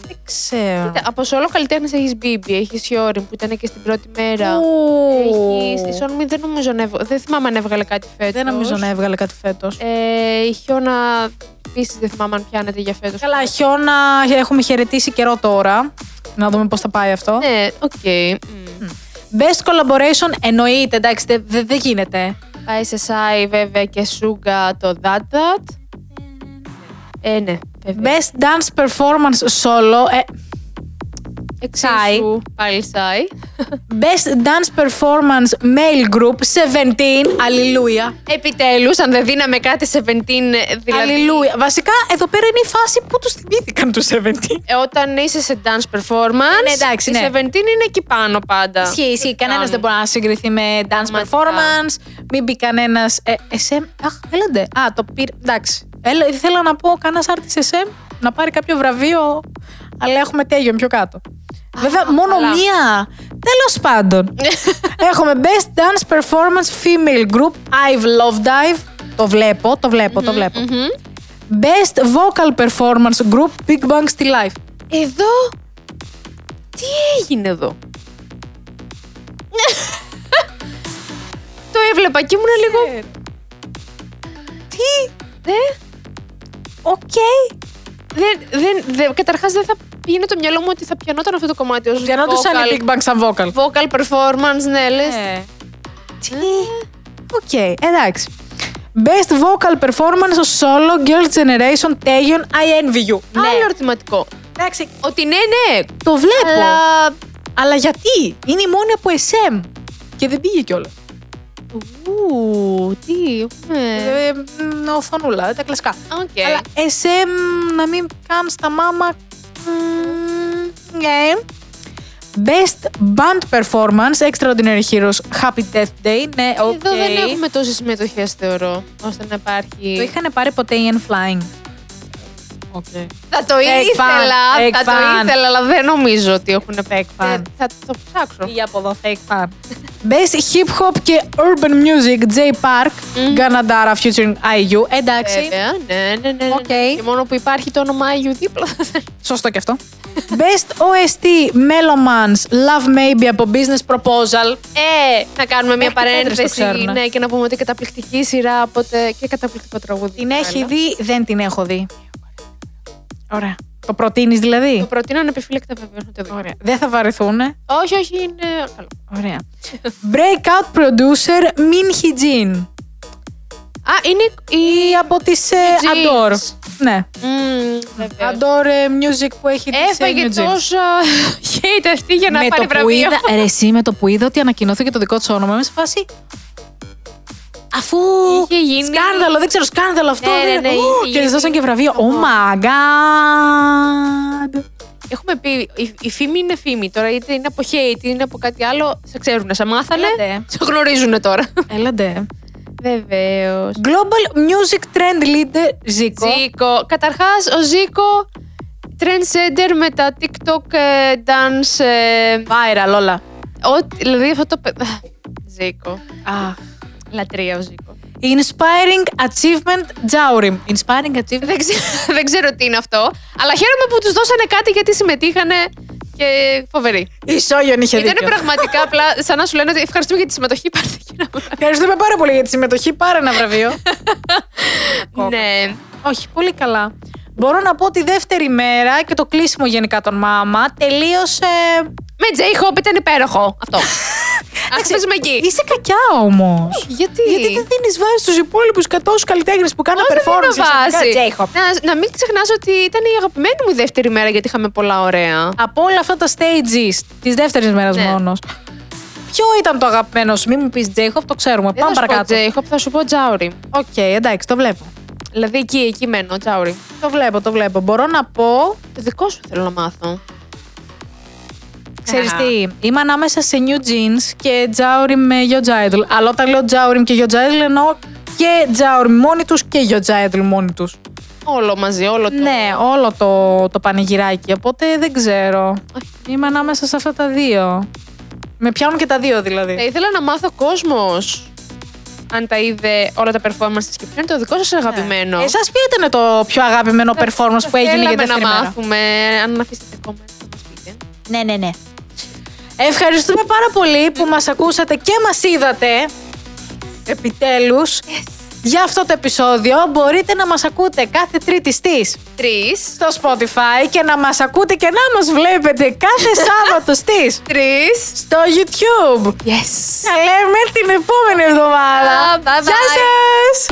S1: Δεν ξέρω.
S2: Κοίτα, Ε, Από όλο καλλιτέχνες έχεις Μπίμπι, έχεις Χιόριν που ήταν και στην πρώτη μέρα.
S1: Ου.
S2: Έχει. Η Σόνμι δεν νομίζω να έβγαλε. Δεν θυμάμαι αν έβγαλε κάτι φέτος.
S1: Δεν νομίζω να έβγαλε κάτι φέτος.
S2: Ε, η Χιώνα επίσης δεν θυμάμαι αν πιάνεται για φέτος.
S1: Καλά, χιόνα, έχουμε χαιρετήσει καιρό τώρα. Να δούμε πώς θα πάει αυτό.
S2: Ναι, οκ. Μμ.
S1: Best collaboration εννοείται, εντάξει, δεν δε, δεν γίνεται.
S2: Πάει σε Σάι βέβαια και Σούγκα το That That. Ε, ναι, βέβαια.
S1: Best dance performance solo. ε,
S2: Εξίσου, πάλι Σάι.
S1: Best dance performance male group 17. Αλληλούια.
S2: Επιτέλους, αν δεν δίναμε κάτι 17, δηλαδή...
S1: Αλληλούια. Βασικά εδώ πέρα είναι η φάση που τους θυμήθηκαν τους 17.
S2: ε, Όταν είσαι σε dance performance,
S1: Ναι, εντάξει,
S2: η
S1: ναι.
S2: 17 είναι εκεί πάνω πάντα.
S1: Ισχύει, ισχύει. Κανένας
S2: κάνουν.
S1: δεν μπορεί να συγκριθεί με dance
S2: Πραγματικά.
S1: performance. Μην μπει κανένας. Ε, SM. Αχ, έλαντε. Α, το πήρε. Εντάξει. Έλα, ήθελα να πω κανένας άρτη SM να πάρει κάποιο βραβείο. Αλλά έχουμε τέλειον πιο κάτω. Βέβαια, μόνο
S2: καλά.
S1: μία. Τέλος πάντων. έχουμε Best Dance Performance Female Group. I've Love Dive. Το βλέπω, το βλέπω, το βλέπω.
S2: Μμμ.
S1: Best Vocal Performance Group Big Bang Still Life.
S2: Εδώ. Τι έγινε εδώ. το έβλεπα και ήμουνα λίγο.
S1: Ε, Τι.
S2: Δε,
S1: Οκ.
S2: δεν, δεν, δε, καταρχάς δεν θα πήγαινε το μυαλό μου ότι θα πιανόταν αυτό το κομμάτι ως
S1: Διανόντουσαν
S2: vocal-
S1: οι Big Bang σαν vocal.
S2: vocal performance, ναι, λες.
S1: Ε, Τι. Οκ, εντάξει. Best vocal performance ως solo girl generation Taeyeon I envy you.
S2: Άλλο ερωτηματικό.
S1: Εντάξει,
S2: Ότι ναι, ναι,
S1: το βλέπω. Αλλά,
S2: αλλά...
S1: γιατί. Είναι η μόνη από SM. Και δεν πήγε κιόλας.
S2: Ου, τι, ε,
S1: Ε, μ, οθονούλα, τα κλασικά.
S2: Οκ.
S1: Αλλά SM να μην καν στα μάμα. μ, Ναι. Best band performance, extraordinary heroes, happy death day. Ναι, οκ.
S2: Εδώ δεν έχουμε τόσες συμμετοχές, θεωρώ, ώστε να υπάρχει...
S1: Το είχαν πάρει ποτέ οι N Flying.
S2: Ε,
S1: Okay.
S2: Θα το
S1: Fake
S2: ήθελα,
S1: fan,
S2: θα
S1: fake
S2: το
S1: fan.
S2: ήθελα, αλλά δεν νομίζω ότι έχουν
S1: Fake fan.
S2: παίξει. Θα το ψάξω.
S1: Ή από εδώ fake fan. Best hip hop και urban music, J Park, Ganadara featuring IU. Εντάξει.
S2: Βέβαια, ναι, ναι, ναι. ναι.
S1: Οκ.
S2: Και μόνο που υπάρχει το όνομα Άγιου δίπλα.
S1: Σωστό και αυτό. Best OST, Melomans, Love Maybe από Business Proposal.
S2: Ε, να κάνουμε μια
S1: Μέχρι πέτρες το
S2: παρένθεση
S1: ξέρουνε.
S2: ναι, και να πούμε ότι καταπληκτική σειρά οπότε και καταπληκτικό τραγούδι.
S1: Την
S2: Άλλο.
S1: έχει δει, δεν την έχω δει. Ωραία. Το προτείνεις δηλαδή.
S2: Το προτείνω ανεπιφύλακτα βέβαια. να το δείτε.
S1: Ωραία. Δεν θα βαρεθούνε.
S2: Όχι, όχι, είναι. Καλό.
S1: Ωραία. Breakout producer Min Hee Jin.
S2: Α, είναι. Η...
S1: Ή από τις
S2: Jins.
S1: Adore. Ναι.
S2: Μμμ, βεβαίως.
S1: Adore ε, music που έχει ε, τη
S2: Ε. Έφαγε τόσα hate αυτή για να
S1: με
S2: πάρει
S1: το που
S2: βραβείο.
S1: είδα, Ε, ρε, εσύ με το που είδα ότι ανακοινώθηκε το δικό της όνομα, είμαι σε φάση. Αφού.
S2: Είχε γίνει-
S1: Σκάνδαλο, δεν ξέρω, σκάνδαλο αυτό.
S2: Ναι,
S1: δεν-
S2: ναι, ναι,
S1: Ου, και
S2: είχε
S1: τη
S2: γίνει.
S1: δώσαν και βραβείο. Oh my god.
S2: Έχουμε πει, η, η φήμη είναι φήμη. Τώρα είτε είναι από hate, είτε είναι από κάτι άλλο. Σε ξέρουν, σε μάθανε.
S1: Έλατε.
S2: Σε γνωρίζουν τώρα.
S1: Έλαντε.
S2: Βεβαίω.
S1: Global Music Trend Leader Zico.
S2: Ζήκο. Καταρχάς, ο Ζήκο trendsetter με τα TikTok ε, dance. ε,
S1: Viral όλα.
S2: ό,τι- δηλαδή αυτό το. παι- Ζήκο.
S1: Ah.
S2: Λατρεία ο Ζήκο.
S1: Inspiring Achievement Jaurim. Inspiring Achievement.
S2: Δεν, ξέρω, δεν ξέρω τι είναι αυτό, αλλά χαίρομαι που τους δώσανε κάτι γιατί συμμετείχανε και φοβεροί.
S1: Η Σόγιον είχε
S2: Ήταν
S1: δίκιο.
S2: πραγματικά απλά σαν να σου λένε ότι ευχαριστούμε για τη συμμετοχή. Πάρτε και ένα βράδυ.
S1: Ευχαριστούμε πάρα πολύ για τη συμμετοχή. Πάρε ένα βραβείο.
S2: Ναι.
S1: Όχι, πολύ καλά. Μπορώ να πω τη δεύτερη μέρα και το κλείσιμο γενικά των μάμα τελείωσε.
S2: Με J Hope ήταν υπέροχο αυτό. Ας αφήσουμε εκεί.
S1: Είσαι κακιά όμως.
S2: Ε, Γιατί.
S1: Γιατί δεν δίνεις βάση στους υπόλοιπους κατά όσου καλλιτέχνες που κάνουν
S2: Πώς δεν
S1: performance.
S2: δίνω βάση.
S1: J-Hop.
S2: Να, να μην ξεχνάς ότι ήταν η αγαπημένη μου η δεύτερη μέρα γιατί είχαμε πολλά ωραία.
S1: Από όλα αυτά τα stages της δεύτερης μέρας
S2: Ναι.
S1: μόνος. μόνο. Ποιο ήταν το αγαπημένο σου, μην μου πεις J-Hop, το ξέρουμε.
S2: Δεν
S1: Πάμε
S2: θα σου πω
S1: παρακάτω.
S2: Τζέιχοπ, θα σου πω Τζάουρι.
S1: Οκ, εντάξει, το βλέπω.
S2: Δηλαδή εκεί, εκεί μένω, Τζάουρι.
S1: Το βλέπω, το βλέπω. Μπορώ να πω.
S2: Το δικό σου θέλω να μάθω.
S1: Ξέρεις
S2: Α.
S1: τι, είμαι ανάμεσα σε New Jeans και Τζάουριμ με Yo Idol. Αλλά όταν λέω Τζάουριμ και Yo Idol εννοώ και Τζάουριμ μόνοι τους και Yo Idol μόνοι τους.
S2: Όλο μαζί, όλο το.
S1: Ναι, όλο το, το πανηγυράκι, οπότε δεν ξέρω. Είμαι ανάμεσα σε αυτά τα δύο. Με πιάνουν και τα δύο
S2: Θα
S1: δηλαδή.
S2: ήθελα να μάθω κόσμος. Αν τα είδε όλα τα performance της και ποιο είναι το δικό σας αγαπημένο.
S1: Ναι. Εσάς ποιο ήταν το πιο αγαπημένο performance που έγινε για
S2: Θέλαμε
S1: δεύτερη
S2: να
S1: μέρα.
S2: μάθουμε, αν αφήσετε comment να μας πείτε.
S1: Ναι, ναι, ναι. Ευχαριστούμε πάρα πολύ που μας ακούσατε και μας είδατε. Επιτέλους. για αυτό το επεισόδιο μπορείτε να μας ακούτε κάθε τρίτη στις
S2: Τρεις.
S1: στο Spotify και να μας ακούτε και να μας βλέπετε κάθε Σάββατο στις
S2: Τρεις.
S1: στο YouTube.
S2: Yes.
S1: Τα λέμε την επόμενη εβδομάδα.
S2: Ah, bye bye.
S1: Γεια σας!